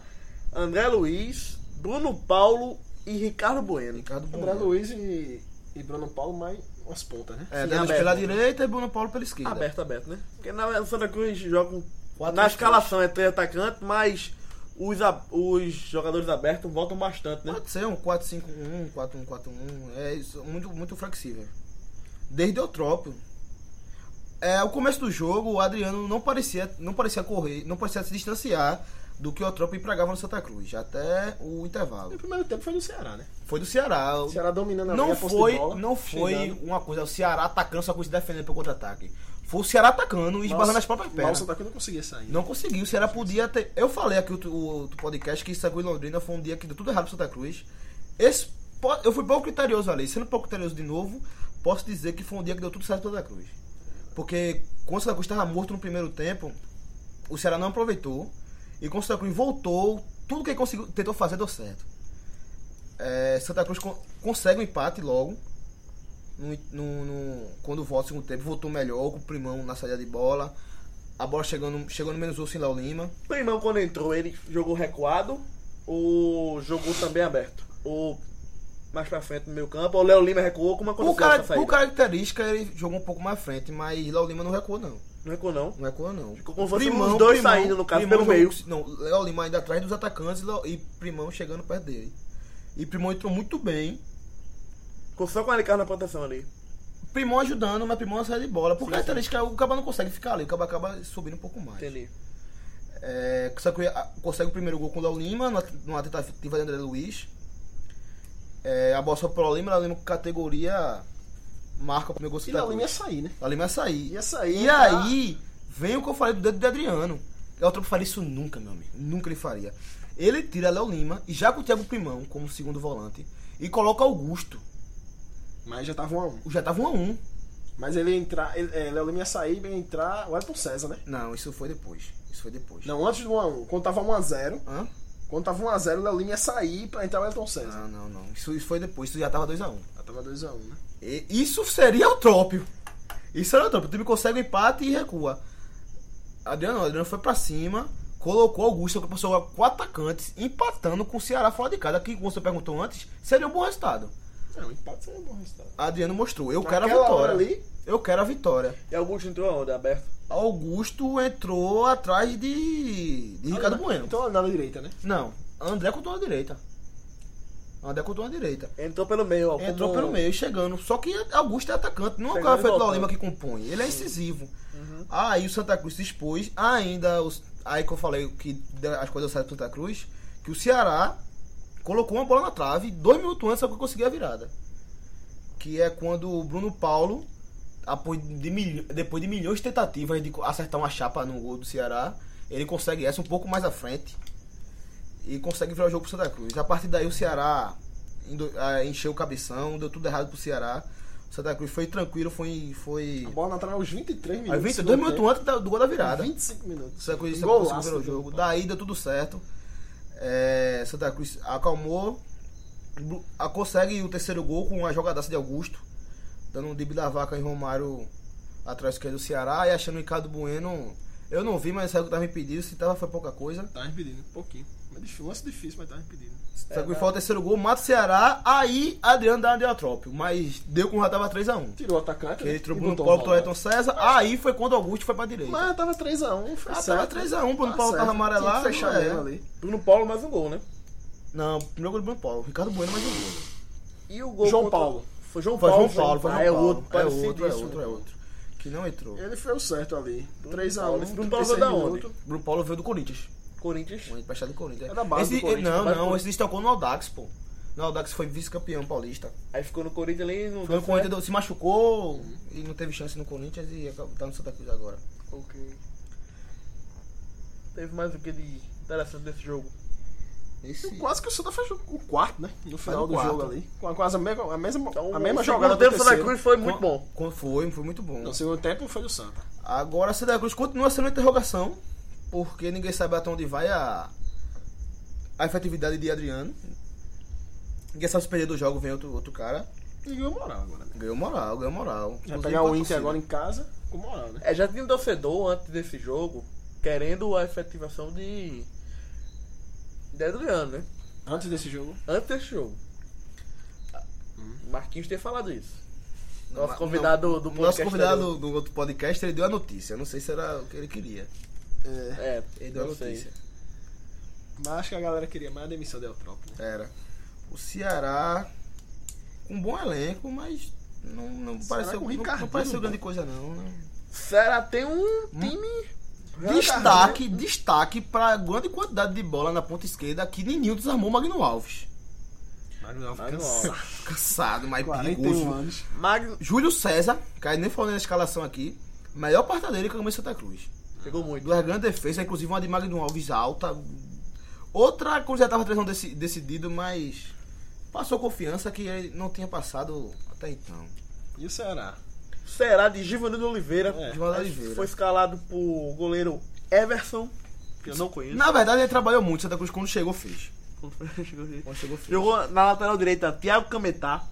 Speaker 1: André Luiz, Bruno Paulo e Ricardo Bueno.
Speaker 2: Ricardo
Speaker 3: André
Speaker 2: Bruno.
Speaker 3: Luiz e, e Bruno Paulo mais umas pontas, né?
Speaker 2: É,
Speaker 1: Sim,
Speaker 2: Léo Luiz
Speaker 1: aberto.
Speaker 2: pela direita e Bruno Paulo pela esquerda.
Speaker 1: Aberto, aberto, né? Porque na o Santa Cruz joga um-
Speaker 2: Quatro,
Speaker 1: na
Speaker 2: três,
Speaker 1: escalação é três atacantes, mas os, ab- os jogadores abertos voltam bastante, né?
Speaker 2: Pode ser um 4-5-1, 4-1-4-1. É isso, muito, muito flexível. Desde o trópio. É, o começo do jogo, o Adriano não parecia, não parecia correr, não parecia se distanciar do que o Otrópio empregava no Santa Cruz, até o
Speaker 3: E o
Speaker 2: intervalo.
Speaker 3: primeiro tempo foi do Ceará, né?
Speaker 2: Foi do Ceará.
Speaker 3: O Ceará dominando a
Speaker 2: não
Speaker 3: linha, posse de
Speaker 2: foi,
Speaker 3: bola,
Speaker 2: não foi
Speaker 3: chegando.
Speaker 2: uma coisa, o Ceará atacando, só que se defendendo pelo contra-ataque. Foi o Ceará atacando e esbarrando as próprias
Speaker 3: Mas o
Speaker 2: pernas.
Speaker 3: Santa Cruz não conseguia sair. né?
Speaker 2: Não conseguiu. O Ceará podia ter. Eu falei aqui outro, o outro podcast que Santa Cruz e Londrina foi um dia que deu tudo errado pro Santa Cruz. Esse, po- eu fui pouco criterioso ali. Sendo pouco criterioso de novo, posso dizer que foi um dia que deu tudo certo pro Santa Cruz. Porque quando o Santa Cruz estava morto no primeiro tempo, o Ceará não aproveitou. E quando o Santa Cruz voltou, tudo que ele conseguiu, tentou fazer deu certo. É, Santa Cruz con- consegue o empate logo. No- no- no- quando volta o segundo tempo, voltou melhor com o primão na saída de bola. A bola chegando, chegando menos o Silau Lima.
Speaker 1: O Primão, quando entrou, ele jogou recuado ou jogou também aberto? Ou mais pra frente no meio campo, ou o Léo Lima recuou com uma
Speaker 2: Por,
Speaker 1: condição
Speaker 2: cara,
Speaker 1: essa saída?
Speaker 2: por característica, ele jogou um pouco mais à frente, mas Léo Lima não recuou, não.
Speaker 1: Não recuou, não.
Speaker 2: Não recuou, não.
Speaker 1: Ficou como se fosse os dois saindo, no caso, pelo meio.
Speaker 2: jogou- Não, Léo Lima ainda atrás dos atacantes e Léo- e Primão chegando perto dele. E Primão entrou muito bem.
Speaker 1: Ficou só com a Alicard na proteção ali.
Speaker 2: Primão ajudando, mas Primão sai de bola. Por característica, o Caba não consegue ficar ali. O Caba acaba subindo um pouco mais.
Speaker 1: Entendi.
Speaker 2: É, só que a- consegue o primeiro gol com o Léo Lima, numa- numa tentativa de André Luiz. É, a bola sobe pro Léo Lima, Léo Lima com categoria marca o primeiro gol. do
Speaker 3: E
Speaker 2: Santa
Speaker 3: Léo Lima ia
Speaker 2: Cruz.
Speaker 3: sair, né?
Speaker 2: Léo Lima ia sair.
Speaker 3: Ia sair.
Speaker 2: E
Speaker 3: entrar.
Speaker 2: aí, vem o que eu falei do dedo de Adriano. O Otro faria isso nunca, meu amigo. Nunca ele faria. Ele tira Léo Lima, e já com o Thiago Primão como segundo volante, e coloca Augusto.
Speaker 3: Mas já tava 1 a 1
Speaker 2: Já tava 1 a 1
Speaker 3: Mas ele ia entrar, ele, é, Léo Lima ia sair, ia entrar, o Elton César, né?
Speaker 2: Não, isso foi depois. Isso foi depois.
Speaker 3: Não, antes do 1x1. Quando tava 1x0,
Speaker 2: Hã?
Speaker 3: quando tava 1x0, o Léo Lima ia sair pra entrar o Elton César.
Speaker 2: Não, não, não. Isso, isso foi depois. Isso já tava 2 a 1
Speaker 3: Já tava 2x1, né?
Speaker 2: E- Isso seria o trópio. Isso era o trópio. O time consegue o empate e recua. Adriano, não, Adriano foi pra cima, colocou Augusto, que passou agora com atacantes, empatando com o Ceará fora de casa. Que, como você perguntou antes, seria um bom resultado.
Speaker 3: É, o empate seria um bom resultado.
Speaker 2: Adriano mostrou. Eu quero a
Speaker 3: Naquela
Speaker 2: vitória.
Speaker 3: hora ali,
Speaker 2: Eu quero a vitória.
Speaker 1: E Augusto entrou aonde? Aberto.
Speaker 2: Augusto entrou atrás de, de Ricardo Bueno.
Speaker 3: Então na direita, né?
Speaker 2: Não, André contou na direita. André contou na direita.
Speaker 1: Entrou pelo meio, ó.
Speaker 2: Entrou
Speaker 1: como-
Speaker 2: pelo meio, chegando. Só que Augusto é atacante, não é o
Speaker 1: Chegando
Speaker 2: cara
Speaker 1: e
Speaker 2: feito do
Speaker 1: voltando. Uhum.
Speaker 2: Lima que compõe. Ele é incisivo. Aí o Santa Cruz se expôs. Ainda, os- aí que eu falei que deu- as coisas saíram do Santa Cruz, que o Ceará colocou uma bola na trave, dois minutos antes só que conseguiu a virada. Que é quando o Bruno Paulo, apoi- de milho- depois de milhões de tentativas de co- acertar uma chapa no gol do Ceará, ele consegue essa um pouco mais à frente e consegue virar o jogo pro Santa Cruz. A partir daí o Ceará indo- ah, encheu o cabeção, deu tudo errado pro Ceará. O Santa Cruz foi tranquilo, foi. foi...
Speaker 3: A bola na trave aos 23 minutos. né?
Speaker 2: Aí 22
Speaker 3: segundo
Speaker 2: minutos antes da- do gol da
Speaker 3: tempo.
Speaker 2: virada.
Speaker 3: 25 minutos.
Speaker 2: Santa Cruz
Speaker 3: Um
Speaker 2: conseguiu
Speaker 3: golaço
Speaker 2: tá virar o
Speaker 3: do
Speaker 2: jogo.
Speaker 3: Paulo.
Speaker 2: Daí deu tudo certo. É, Santa Cruz acalmou. Blu- a- consegue o terceiro gol com uma jogadaça de Augusto, dando um drible da vaca em Romário atrás esquerdo do Ceará e achando o Ricardo Bueno. Eu não vi, mas saiu que tava impedido, se tava foi pouca coisa.
Speaker 3: Tá impedindo, um pouquinho. Mas difícil, lance difícil, mas tá impedindo.
Speaker 2: Só que foi o terceiro gol, mata o Ceará, aí Adriano dá um diatrópio, mas deu com já tava 3x1.
Speaker 3: Tirou o atacante.
Speaker 2: Ele
Speaker 3: né?
Speaker 2: trocou no
Speaker 3: botou
Speaker 2: colo
Speaker 3: o
Speaker 2: do Ayrton César, aí foi quando o Augusto foi pra direita.
Speaker 3: Mas tava 3x1, foi
Speaker 2: Ah,
Speaker 3: certo. Tá
Speaker 2: tava 3x1, quando o Paulo
Speaker 3: certo,
Speaker 2: tava amarelado,
Speaker 3: Tinha que fechar
Speaker 2: é.
Speaker 3: mesmo ali.
Speaker 1: Bruno Paulo mais um gol, né?
Speaker 2: Não, primeiro gol do Bruno Paulo, Ricardo Bueno mais um gol.
Speaker 1: E o gol
Speaker 3: João
Speaker 1: contra-
Speaker 3: Paulo.
Speaker 1: Foi João
Speaker 2: Foi
Speaker 1: Paulo.
Speaker 2: João Paulo, foi
Speaker 1: Ah,
Speaker 2: João
Speaker 1: é
Speaker 2: Paulo.
Speaker 1: outro,
Speaker 2: é outro, é
Speaker 1: parecidíssimo,
Speaker 2: outro,
Speaker 1: né?
Speaker 2: é outro. Que não entrou.
Speaker 3: Ele foi o certo ali. 3x1.
Speaker 1: Paulo, esse Bruno Paulo veio da onde?
Speaker 2: Bruno Paulo veio do Corinthians.
Speaker 1: Corinthians.
Speaker 2: Um emprestado do Corinthians.
Speaker 3: É da base
Speaker 2: Esse-
Speaker 3: do Corinthians,
Speaker 2: Não,
Speaker 3: vai pro
Speaker 2: não, esse destacou no Audax, pô. No Audax foi vice-campeão paulista.
Speaker 1: Aí ficou no Corinthians ali e não
Speaker 2: Foi
Speaker 1: deu
Speaker 2: no Corinthians, se machucou e não teve chance no Corinthians e acabou- tá no Santa Cruz agora.
Speaker 1: certo. Ok. Teve mais o que de interessante desse jogo?
Speaker 2: Esse...
Speaker 3: Quase que o Santa fechou o Então, quarto, né? No final do
Speaker 2: quarto.
Speaker 3: jogo ali. Com quase a mesma, a mesma, a mesma
Speaker 1: Então, o segundo
Speaker 3: jogada do
Speaker 1: tempo do Santa
Speaker 3: terceiro.
Speaker 1: Cruz foi muito bom.
Speaker 2: Quando foi, foi muito bom.
Speaker 3: No segundo tempo foi do Santa.
Speaker 2: Agora a Santa Cruz continua sendo uma interrogação, porque ninguém sabe até onde vai a, a efetividade de Adriano. Ninguém sabe se perder do jogo vem outro, outro cara.
Speaker 3: E ganhou moral agora, né?
Speaker 2: Ganhou moral, ganhou moral.
Speaker 3: Vai
Speaker 2: Inclusive
Speaker 3: pegar
Speaker 2: com a
Speaker 3: o Inter
Speaker 2: torcida.
Speaker 3: agora em casa com moral, né?
Speaker 1: É, já tinha um torcedor antes desse jogo querendo a efetivação de. de Adriano, né?
Speaker 3: Antes desse jogo.
Speaker 1: Antes desse jogo.
Speaker 2: Hum.
Speaker 1: Marquinhos tinha falado isso.
Speaker 2: Não,
Speaker 1: Nosso
Speaker 2: mas-
Speaker 1: convidado
Speaker 2: não,
Speaker 1: do podcast.
Speaker 2: Nosso convidado
Speaker 1: anterior.
Speaker 2: do outro podcast, ele deu a notícia. Não sei se era o que ele queria.
Speaker 3: É.
Speaker 1: É,
Speaker 2: Ele deu a
Speaker 1: não sei.
Speaker 2: notícia.
Speaker 3: Mas acho que a galera queria mais a demissão do Eltrop, né?
Speaker 2: Era. O Ceará, com um bom elenco, mas não, não pareceu,
Speaker 3: com o
Speaker 2: não- não,
Speaker 3: Ricardinho,
Speaker 2: pareceu
Speaker 3: pô.
Speaker 2: grande coisa, não. né?
Speaker 1: Será tem
Speaker 3: Hum.
Speaker 1: um time.
Speaker 2: Destaque, destaque pra grande quantidade de bola na ponta esquerda que Ninho desarmou Magno Alves.
Speaker 3: Magno Alves
Speaker 1: Magno
Speaker 3: cansado.
Speaker 2: Cansado, mas
Speaker 3: 41
Speaker 2: perigoso.
Speaker 3: anos.
Speaker 1: Magno.
Speaker 2: Júlio César, cara, nem falando na escalação aqui. Melhor partida dele que o Santa Cruz.
Speaker 1: Chegou muito.
Speaker 2: Duas grandes defesas, é inclusive uma de Magno Alves alta. Outra, quando já estava 3 um deci decidido, mas passou confiança que ele não tinha passado até então.
Speaker 3: E o Ceará?
Speaker 1: Será de Givanildo Oliveira.
Speaker 3: É.
Speaker 2: Givanildo Oliveira.
Speaker 1: Foi escalado por goleiro Everson, que eu não conheço.
Speaker 2: Na verdade, ele trabalhou muito. Santa Cruz, quando chegou, fez. Quando chegou, fez.
Speaker 1: Jogou na lateral direita Thiago Cametá.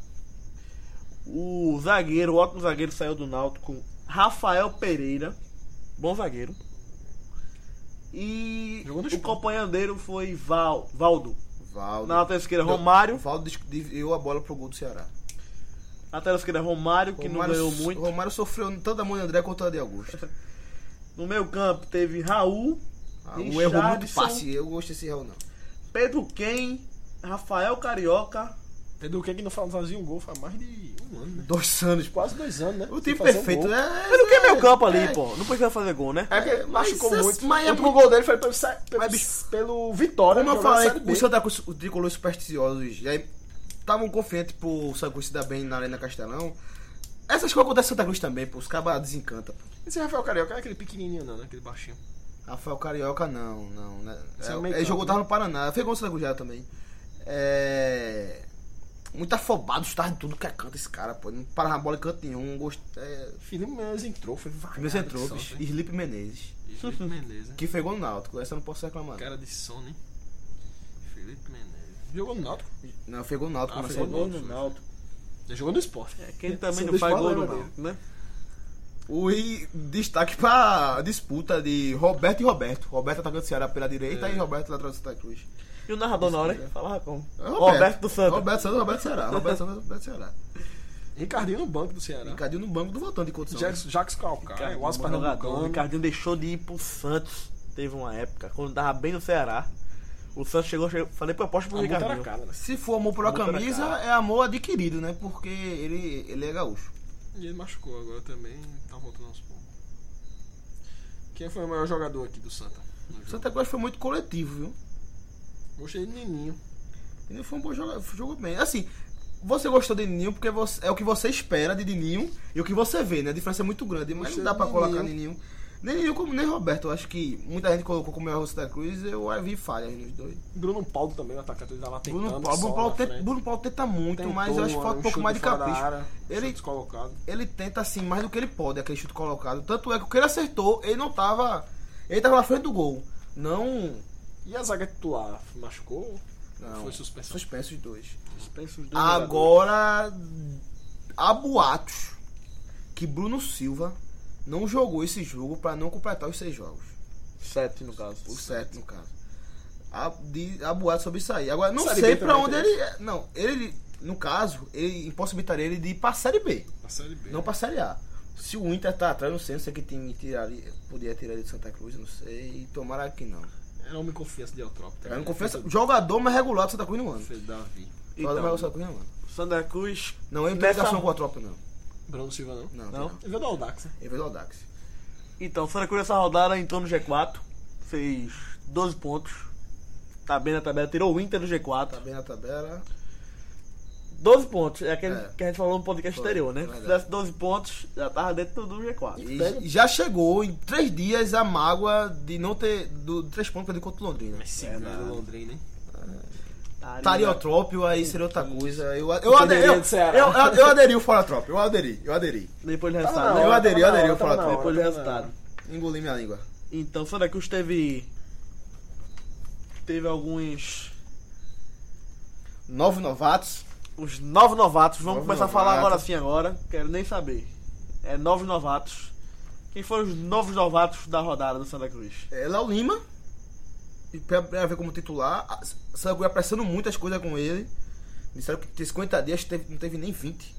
Speaker 1: O zagueiro, o ótimo zagueiro saiu do Náutico. Rafael Pereira. Bom zagueiro. E
Speaker 3: Jogou no
Speaker 1: o
Speaker 3: Sport.
Speaker 1: companheiro dele foi Val, Valdo.
Speaker 2: Valdo.
Speaker 1: Na lateral esquerda,
Speaker 2: Deu-
Speaker 1: Romário.
Speaker 2: Valdo dis- deu a bola pro gol do Ceará.
Speaker 1: Na lateral esquerda, Romário, que
Speaker 2: Romário
Speaker 1: não ganhou
Speaker 2: so-
Speaker 1: muito.
Speaker 2: Romário sofreu tanto a mão de André quanto a de Augusto.
Speaker 1: No meio campo teve Raul.
Speaker 2: Ah, o erro muito
Speaker 1: Richarlison,
Speaker 2: passe. Eu gosto desse erro, não.
Speaker 1: Pedro Ken, Rafael Carioca.
Speaker 3: Pedro, o que é que não fazia um gol? Faz mais de um ano, né?
Speaker 2: Dois anos, pô.
Speaker 3: Quase dois anos, né?
Speaker 2: O
Speaker 3: Sem
Speaker 2: time
Speaker 3: fazer um
Speaker 2: perfeito,
Speaker 3: gol.
Speaker 2: né?
Speaker 1: Pedro Ken é meio campo ali,
Speaker 2: É,
Speaker 1: pô. Não precisa fazer gol, né?
Speaker 3: É porque
Speaker 2: Mas
Speaker 3: machucou
Speaker 2: isso-
Speaker 3: muito.
Speaker 2: mas é
Speaker 3: o último gol dele foi pelo, Sa- pelo,
Speaker 2: Mas, bicho,
Speaker 3: pelo Vitória.
Speaker 2: Como eu
Speaker 3: jogando na
Speaker 2: falei,
Speaker 3: Série B.
Speaker 2: o Santa Cruz, o tricolor supersticiosos, e aí estavam confiantes pro Santa Cruz se dar bem na Arena Castelão. Essas coisas acontecem no Santa Cruz também, pô. Os cabas desencantam. pô.
Speaker 3: Esse Rafael Carioca é aquele pequenininho, não, né? Aquele baixinho.
Speaker 2: Rafael Carioca, não, não, né?
Speaker 3: Esse
Speaker 2: É,
Speaker 3: é o
Speaker 2: ele
Speaker 3: meio campo,
Speaker 2: jogou,
Speaker 3: né?
Speaker 2: tava no Paraná. Fez gol no Santa Cruz já também. É. Muito afobado, estava em tudo que é canto esse cara, pô. Não parava a bola em canto nenhum. Gost... É...
Speaker 3: Felipe Menezes entrou, foi vagado.
Speaker 2: Meus
Speaker 3: de né?
Speaker 2: entrou,
Speaker 3: sono,
Speaker 2: bicho.
Speaker 3: hein?
Speaker 2: Felipe Menezes.
Speaker 3: Felipe Menezes, né?
Speaker 2: Que fez gol no Náutico. Essa eu não posso reclamar.
Speaker 3: Cara de sono, hein? Felipe Menezes. Jogou no Náutico.
Speaker 2: Não, fez gol no Náutico.
Speaker 3: Ah,
Speaker 2: mas
Speaker 3: fez
Speaker 2: foi
Speaker 3: gol
Speaker 2: gol.
Speaker 3: no Ele jogou no esporte.
Speaker 1: É, Quem também
Speaker 3: Só
Speaker 1: não
Speaker 3: deixa
Speaker 1: faz
Speaker 3: eu
Speaker 1: gol
Speaker 3: falar,
Speaker 1: no
Speaker 3: né,
Speaker 1: Náutico, né?
Speaker 2: O e destaque pra disputa de Roberto e Roberto. Roberto atacando o Ceará pela direita e Roberto lá atrás do Santa Cruz.
Speaker 1: E o narrador na hora, hein? Falava como?
Speaker 2: É
Speaker 1: Roberto do Santos.
Speaker 2: Roberto Santos, Roberto Ceará. Roberto Santos, Roberto Ceará.
Speaker 3: Ricardinho no banco do Ceará.
Speaker 2: Ricardinho no banco do voltando de condição. né?
Speaker 3: Jax, Jax Calcaia, o Aspas
Speaker 1: O
Speaker 3: Pernambucano.
Speaker 1: Ricardinho deixou de ir pro Santos. Teve uma época, quando tava bem no Ceará. O Santos chegou, chegou falei proposta pro
Speaker 3: A multa era
Speaker 1: Ricardinho.
Speaker 3: cara, né?
Speaker 2: Se for amor pela
Speaker 1: Muito na
Speaker 2: camisa,
Speaker 1: cara.
Speaker 2: é amor adquirido, né? Porque ele, ele é gaúcho.
Speaker 3: E ele machucou agora também, tá voltando aos poucos. Quem foi o maior jogador aqui do Santa? no
Speaker 2: O
Speaker 3: jogo?
Speaker 2: Santa Cruz foi muito coletivo, viu?
Speaker 3: Gostei de Nininho.
Speaker 2: Ele foi um bom jogador, jogou bem. Assim, você gostou de Ninho porque você- é o que você espera de Ninho e o que você vê, né? A diferença é muito grande, mas
Speaker 3: Gostei
Speaker 2: não dá
Speaker 3: de
Speaker 2: pra colocar
Speaker 3: Ninho.
Speaker 2: Ninho. Nem Ninho como nem Roberto. Eu acho que muita gente colocou como erro o Santa Cruz, eu vi falhas nos dois.
Speaker 3: Bruno Paulo também, o atacante, ele tava tentando.
Speaker 2: Bruno Paulo,
Speaker 3: só
Speaker 2: Bruno,
Speaker 3: na
Speaker 2: Paulo tenta,
Speaker 3: frente.
Speaker 2: Bruno Paulo tenta muito,
Speaker 3: Tentou,
Speaker 2: mas eu acho que
Speaker 3: um
Speaker 2: falta um pouco
Speaker 3: chute
Speaker 2: mais de
Speaker 3: fora da
Speaker 2: capricho.
Speaker 3: área,
Speaker 2: Ele-
Speaker 3: chute Descolocado.
Speaker 2: Ele tenta assim mais do que ele pode, aquele chute colocado. Tanto é que o que ele acertou, ele não tava. Ele tava na frente do gol. Não.
Speaker 3: E a zaga titular? Machucou?
Speaker 2: Não.
Speaker 3: Foi suspensão.
Speaker 2: Suspenso de dois.
Speaker 1: Suspenso os dois jogadores.
Speaker 2: Agora, há boatos que Bruno Silva não jogou esse jogo para não completar os seis jogos.
Speaker 1: Sete, no caso.
Speaker 2: Os sete, no caso. Há, de, há boatos sobre isso aí. Agora, não
Speaker 3: Série
Speaker 2: sei
Speaker 3: B
Speaker 2: para
Speaker 3: também
Speaker 2: onde
Speaker 3: tem
Speaker 2: ele... é. Não, ele, no caso, ele impossibilitaria ele de ir pra Série B,
Speaker 3: A Série B.
Speaker 2: não pra Série A. Se o Inter tá atrás, não sei, não sei que time tiraria, podia tirar ele de Santa Cruz, não sei. Tomara que não.
Speaker 3: Eu não me confiança de tá Eutrópico.
Speaker 2: Eu não confesso, jogador mais regular do Santa Cruz no ano.
Speaker 3: Filho Davi.
Speaker 2: Jogador mais regular do
Speaker 1: Então,
Speaker 2: Santa Cruz no ano.
Speaker 1: Santa Cruz.
Speaker 2: Não, ele não tem
Speaker 1: Nessa-
Speaker 2: ligação com a tropa, não.
Speaker 3: Bruno Silva não.
Speaker 1: Não?
Speaker 2: Não, tem não.
Speaker 3: Ele veio do Audax, né?
Speaker 2: Ele veio do Audax.
Speaker 1: Então, Santa Cruz essa rodada entrou no G4. Fez 12 pontos. Tá bem na tabela. Tirou o Inter do
Speaker 2: Tá
Speaker 1: G4.
Speaker 2: bem na tabela.
Speaker 1: 12 pontos. É aquele
Speaker 2: É.
Speaker 1: que a gente falou no podcast
Speaker 2: Foi,
Speaker 1: anterior, né?
Speaker 2: é
Speaker 1: Se
Speaker 2: verdade.
Speaker 1: fizesse 12 pontos, já tava dentro do G4.
Speaker 2: E já chegou em três dias a mágoa de não ter. Do, do três pontos perdido contra o Londrina.
Speaker 3: Mas segura o né? Londrina, hein?
Speaker 1: né?
Speaker 2: Tariotrópio aí seria outra coisa. Eu, eu,
Speaker 3: Poderia
Speaker 2: aderi, eu,
Speaker 3: do Ceará.
Speaker 2: eu, eu- eu aderi o Fora Trópio, eu aderi, eu aderi.
Speaker 1: Depois do
Speaker 3: na
Speaker 1: resultado,
Speaker 3: hora,
Speaker 1: né?
Speaker 2: eu aderi, eu
Speaker 3: tava na
Speaker 2: aderi
Speaker 3: hora,
Speaker 2: o Fora
Speaker 3: tava na
Speaker 2: Trópio.
Speaker 1: Depois do
Speaker 3: hora, tava na
Speaker 1: resultado.
Speaker 2: Engoli minha língua.
Speaker 1: Então, Santa Cruz teve. Teve alguns.
Speaker 2: Nove novatos.
Speaker 1: Os nove novatos. Vamos
Speaker 2: Nove
Speaker 1: começar a falar
Speaker 2: novatos.
Speaker 1: agora sim, agora. Quero nem saber. É nove novatos. Quem foram os novos novatos da rodada do Santa Cruz?
Speaker 2: É, Léo Lima. E pra, pra ver como titular. a- Santa Cruz apressando muitas coisas com ele. Disseram que tem 50 dias, teve- não teve nem 20.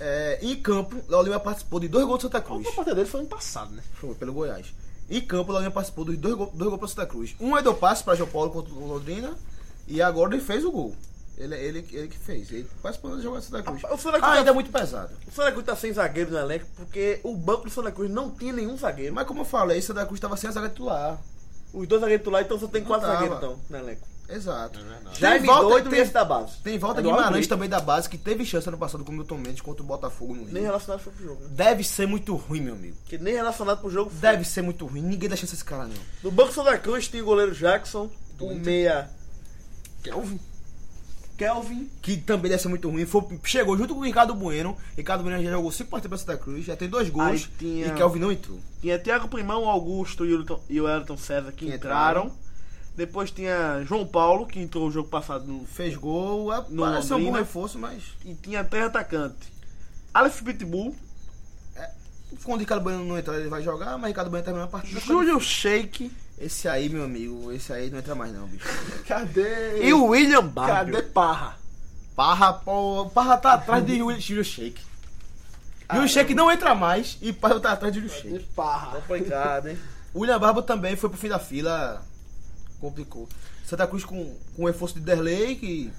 Speaker 2: É, em campo, Léo Lima participou de dois gols do Santa
Speaker 3: A
Speaker 2: Cruz.
Speaker 3: última partida dele foi ano passado, né?
Speaker 2: Foi pelo Goiás. Em campo, o Londrina participou dos dois, gol- dois gols para Santa Cruz. Um é do passe para João Paulo contra o Londrina. E agora ele fez o gol. Ele, ele, ele que fez. Ele participou do jogo da Santa Cruz.
Speaker 1: O Santa Cruz,
Speaker 2: Ah, ainda
Speaker 1: tá,
Speaker 2: é muito pesado.
Speaker 1: o Santa Cruz tá sem zagueiro no elenco porque o banco do Santa Cruz não tinha nenhum zagueiro.
Speaker 2: Mas como eu falei, Santa Cruz estava sem a zaga titular.
Speaker 1: Os dois zagueiros titulares, então só tem
Speaker 2: Não
Speaker 1: quatro
Speaker 2: tava.
Speaker 1: zagueiros então, no elenco.
Speaker 2: Exato.
Speaker 3: verdade.
Speaker 1: Jaime
Speaker 2: volta-
Speaker 1: Doido
Speaker 2: tem-
Speaker 1: e esse da base.
Speaker 2: Tem volta
Speaker 1: Eduardo
Speaker 2: Guimarães
Speaker 1: Brito.
Speaker 2: também da base, que teve chance ano passado com o Milton Mendes contra o Botafogo no
Speaker 1: Nem
Speaker 2: Rio.
Speaker 1: relacionado foi pro jogo, né?
Speaker 2: Deve ser muito ruim, meu amigo.
Speaker 1: Que nem relacionado pro jogo foi.
Speaker 2: Deve ser muito ruim. Ninguém dá chance a esse cara, não.
Speaker 1: No banco do Santa Cruz tem o goleiro Jackson, o meia
Speaker 3: Kelvin.
Speaker 1: Kelvin.
Speaker 2: Que também deve ser muito ruim. Foi- chegou junto com o Ricardo Bueno. Ricardo Bueno já jogou cinco partidas para Santa Cruz. Já tem dois gols.
Speaker 1: Aí tinha-
Speaker 2: E Kelvin não entrou.
Speaker 1: Tinha Thiago Primão, Augusto e o Elton- e o Elton César que
Speaker 2: Que
Speaker 1: entraram. Depois tinha João Paulo, que entrou o jogo passado no...
Speaker 2: Fez gol,
Speaker 1: No
Speaker 2: apareceu um bom
Speaker 1: Londrina.
Speaker 2: reforço, mas
Speaker 1: E tinha três atacantes. Aleph Pitbull,
Speaker 2: quando o Ricardo Bueno não entrar, ele vai jogar, mas o Ricardo Bueno terminou a partida.
Speaker 1: Júlio Sheik
Speaker 2: Esse aí, meu amigo, esse aí não entra mais não, bicho.
Speaker 3: Cadê?
Speaker 1: e o William
Speaker 2: Ah,
Speaker 1: Barbio.
Speaker 3: Cadê Parra?
Speaker 2: Parra, pô, Parra tá atrás de Júlio Júlio Shake.
Speaker 1: Ah,
Speaker 2: Júlio Shake não entra mais e Parra tá atrás de Júlio Shake.
Speaker 3: Parra.
Speaker 1: Complicado, hein?
Speaker 2: O William Barba também foi pro fim da fila, complicou. Santa Cruz com, com o reforço de Derlei, que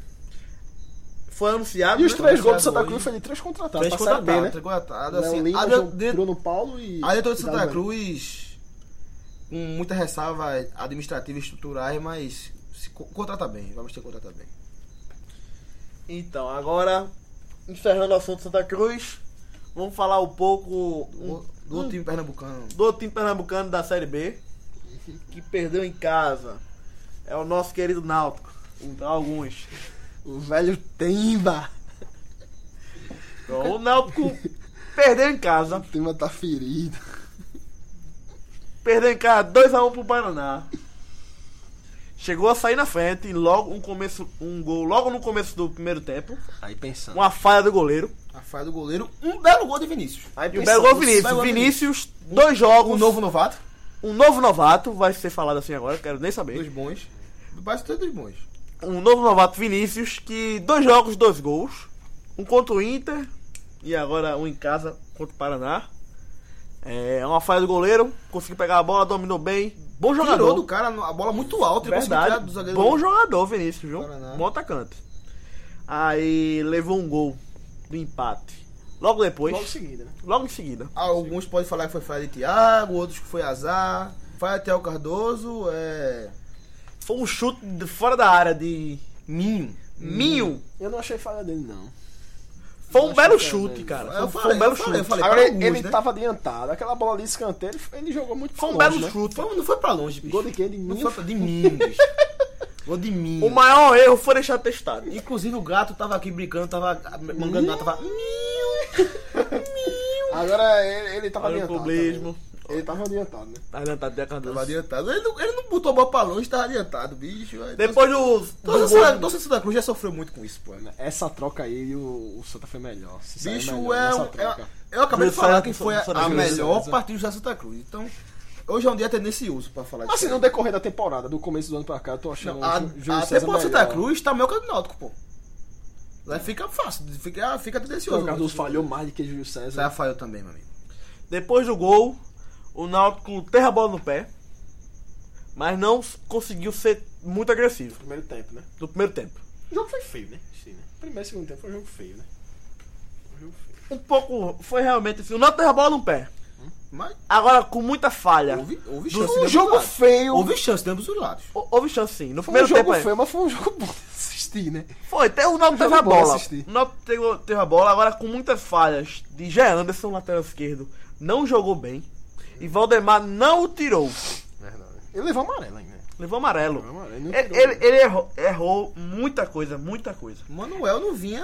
Speaker 1: Foi
Speaker 2: Tá
Speaker 1: anunciado,
Speaker 3: E os
Speaker 1: né?
Speaker 3: três gols do
Speaker 2: Thiago
Speaker 3: Santa Cruz
Speaker 2: hoje.
Speaker 3: foi de três contratados.
Speaker 2: três
Speaker 3: pra Série B, né?
Speaker 2: contratados, três contratados.
Speaker 3: Léo
Speaker 2: Assim,
Speaker 3: Lima,
Speaker 2: a
Speaker 3: João-
Speaker 2: de-
Speaker 3: Bruno Paulo e...
Speaker 2: A diretoria de Santa
Speaker 3: Galo,
Speaker 2: Cruz, com muita ressalva administrativa e estruturais, mas se co- contrata bem, vamos ter que contratar bem.
Speaker 1: Então, agora, encerrando o assunto Santa Cruz, vamos falar um pouco
Speaker 2: Do,
Speaker 1: um-
Speaker 2: do outro time pernambucano.
Speaker 1: do outro time pernambucano da Série B, que perdeu em casa. É o nosso querido Náutico, pra alguns.
Speaker 3: O velho Temba.
Speaker 1: Então, o Náutico perdeu em casa.
Speaker 3: O Temba tá ferido.
Speaker 1: Perdeu em casa 2x1 pro Paraná. Chegou a sair na frente, e logo um, começo, um gol logo no começo do primeiro tempo.
Speaker 3: Aí pensando.
Speaker 1: Uma falha do goleiro.
Speaker 2: A falha do goleiro, um belo gol de Vinícius.
Speaker 3: Aí
Speaker 1: E o belo gol Vinícius. Vinícius, dois jogos.
Speaker 2: Um novo novato,
Speaker 1: Um novo novato, vai ser falado assim agora, quero nem
Speaker 2: dois
Speaker 1: saber.
Speaker 2: bons. Quase todos dois bons.
Speaker 1: Um novo novato Vinícius, que dois jogos, dois gols. Um contra o Inter e agora um em casa contra o Paraná. É uma falha do goleiro, conseguiu pegar a bola, dominou bem. Bom
Speaker 2: Tirou do
Speaker 1: jogador.
Speaker 2: cara a bola muito alta. ele conseguiu tirar
Speaker 1: Verdade.
Speaker 2: do zagueiro.
Speaker 1: Bom jogador, Vinícius, viu?
Speaker 2: Paraná.
Speaker 1: Bom atacante. Aí levou um gol do empate. Logo depois,
Speaker 3: Logo em
Speaker 1: logo,
Speaker 3: seguida, né?
Speaker 1: em seguida.
Speaker 2: Alguns podem falar que foi falha de Thiago, outros que foi azar. Falha até o Cardoso, é...
Speaker 1: Foi um chute de fora da área de
Speaker 2: Minho.
Speaker 1: Minho.
Speaker 3: Eu não achei falha dele, não.
Speaker 1: Foi um
Speaker 3: Acho
Speaker 1: belo
Speaker 3: que é
Speaker 1: chute,
Speaker 3: mesmo.
Speaker 1: cara.
Speaker 2: né? Eu
Speaker 1: Foi-
Speaker 2: falei,
Speaker 1: Foi um belo
Speaker 2: eu falei, eu
Speaker 1: chute.
Speaker 2: falei.
Speaker 3: Agora,
Speaker 2: pra alguns,
Speaker 3: ele
Speaker 2: né?
Speaker 3: tava adiantado. Aquela bola ali, escanteio, ele, ele jogou muito
Speaker 1: Foi um
Speaker 3: pra longe,
Speaker 1: belo
Speaker 3: né?
Speaker 1: chute.
Speaker 2: Foi- não foi pra longe, bicho.
Speaker 3: Gol de quem? De
Speaker 2: Não
Speaker 3: mim?
Speaker 2: foi pra- de mim, bicho. Gol de mim.
Speaker 1: O maior erro foi deixar testado. E
Speaker 2: Inclusive o gato tava aqui brincando, tava mangando gato, tava.
Speaker 3: Agora ele, ele tava
Speaker 1: Olha o
Speaker 3: adiantado.
Speaker 1: clubismo.
Speaker 3: Ele tava adiantado, né?
Speaker 1: Tá adiantado, Deca
Speaker 2: Tava
Speaker 1: Dança.
Speaker 2: adiantado. Ele não, ele não botou a bola pra longe, tava adiantado, bicho. Aí,
Speaker 1: Depois do. do
Speaker 2: Torcida Santa-
Speaker 1: gol-
Speaker 2: torcida Santa Cruz já sofreu muito com isso, pô. né?
Speaker 3: Essa troca aí, o, o Santa foi melhor. se saiu
Speaker 2: Bicho,
Speaker 3: melhor
Speaker 2: é,
Speaker 3: nessa
Speaker 2: um-
Speaker 3: troca.
Speaker 2: é- Eu acabei de
Speaker 1: Santa-
Speaker 2: falar que foi a,
Speaker 1: Santa
Speaker 2: a
Speaker 1: Cruz.
Speaker 2: melhor
Speaker 3: Santa.
Speaker 2: partida do Santa Cruz. Então, hoje é um dia tendencioso pra falar
Speaker 3: Mas assim,
Speaker 2: disso.
Speaker 3: no decorrer da temporada, do começo do ano pra cá, eu tô achando
Speaker 2: Não, a,
Speaker 3: o Júlio
Speaker 2: a
Speaker 3: César
Speaker 2: temporada ah, do
Speaker 3: melhor.
Speaker 2: Santa Cruz tá melhor que a do Náutico, pô. Aí fica fácil, fica, fica
Speaker 3: Então,
Speaker 2: tendencioso.
Speaker 3: O Cardoso falhou mais do que o Júlio César.
Speaker 2: Zé falhou é também, meu amigo.
Speaker 1: Depois do gol, o Náutico teve a bola no pé, mas não conseguiu ser muito agressivo
Speaker 3: Primeiro tempo, né?
Speaker 1: no primeiro tempo.
Speaker 3: O jogo foi feio, né? Sim, né? Primeiro e segundo tempo foi um jogo feio, né? Foi um jogo feio.
Speaker 1: Um pouco. Foi realmente assim. O Náutico teve a bola no pé.
Speaker 2: Mas
Speaker 1: Agora com muita falha.
Speaker 2: houve, houve
Speaker 1: Do- um
Speaker 2: chance de
Speaker 3: Um
Speaker 2: ambos
Speaker 3: jogo
Speaker 2: os lados.
Speaker 3: feio.
Speaker 2: Houve chance de ambos os lados.
Speaker 1: Hou- Houve chance sim. No
Speaker 3: Foi um
Speaker 1: primeiro
Speaker 3: jogo
Speaker 1: tempo. é.
Speaker 3: feio, mas foi um jogo bom de assistir, né?
Speaker 1: Foi, até o Náutico
Speaker 3: Foi um
Speaker 1: teve a
Speaker 3: jogo bom
Speaker 1: bola.
Speaker 3: assistir.
Speaker 1: O Náutico teve- teve a bola, agora com muitas falhas de Jean Anderson, lateral esquerdo, não jogou bem. E Valdemar não o tirou.
Speaker 3: Verdade. Ele levou amarelo ainda. né?
Speaker 1: Levou amarelo.
Speaker 3: Levou amarelo, não
Speaker 1: Ele,
Speaker 3: tirou,
Speaker 1: ele-
Speaker 3: né?
Speaker 1: ele errou, errou muita coisa, muita coisa.
Speaker 2: Manuel não vinha.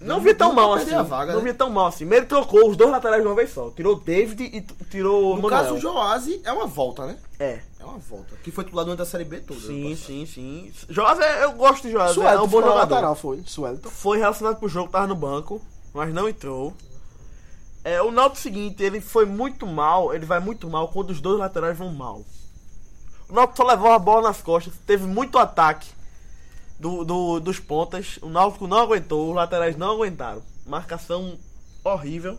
Speaker 1: Não vi tão
Speaker 2: vinha pra
Speaker 1: mal assim.
Speaker 2: perder A vaga,
Speaker 1: não
Speaker 2: né?
Speaker 1: vi tão mal assim. Ele trocou os dois laterais de uma vez só. Tirou o David e t- tirou o
Speaker 2: No
Speaker 1: Manuel.
Speaker 2: caso, o Joasi é uma volta, né?
Speaker 1: É.
Speaker 2: É uma volta. Que foi titular durante a Série B toda. ano
Speaker 1: Sim,
Speaker 2: passado.
Speaker 1: sim, sim. Joás, é- eu gosto de Joás. É
Speaker 3: Suelton
Speaker 1: um bom
Speaker 3: ficou na
Speaker 1: jogador.
Speaker 3: lateral, foi. Suelton.
Speaker 1: Foi relacionado pro jogo, tava no banco, mas não entrou. É, o Náutico é o seguinte, ele foi muito mal, ele vai muito mal quando os dois laterais vão mal. O Náutico só levou a bola nas costas, teve muito ataque do, do- dos pontas, o Náutico não aguentou, os laterais não aguentaram. Marcação horrível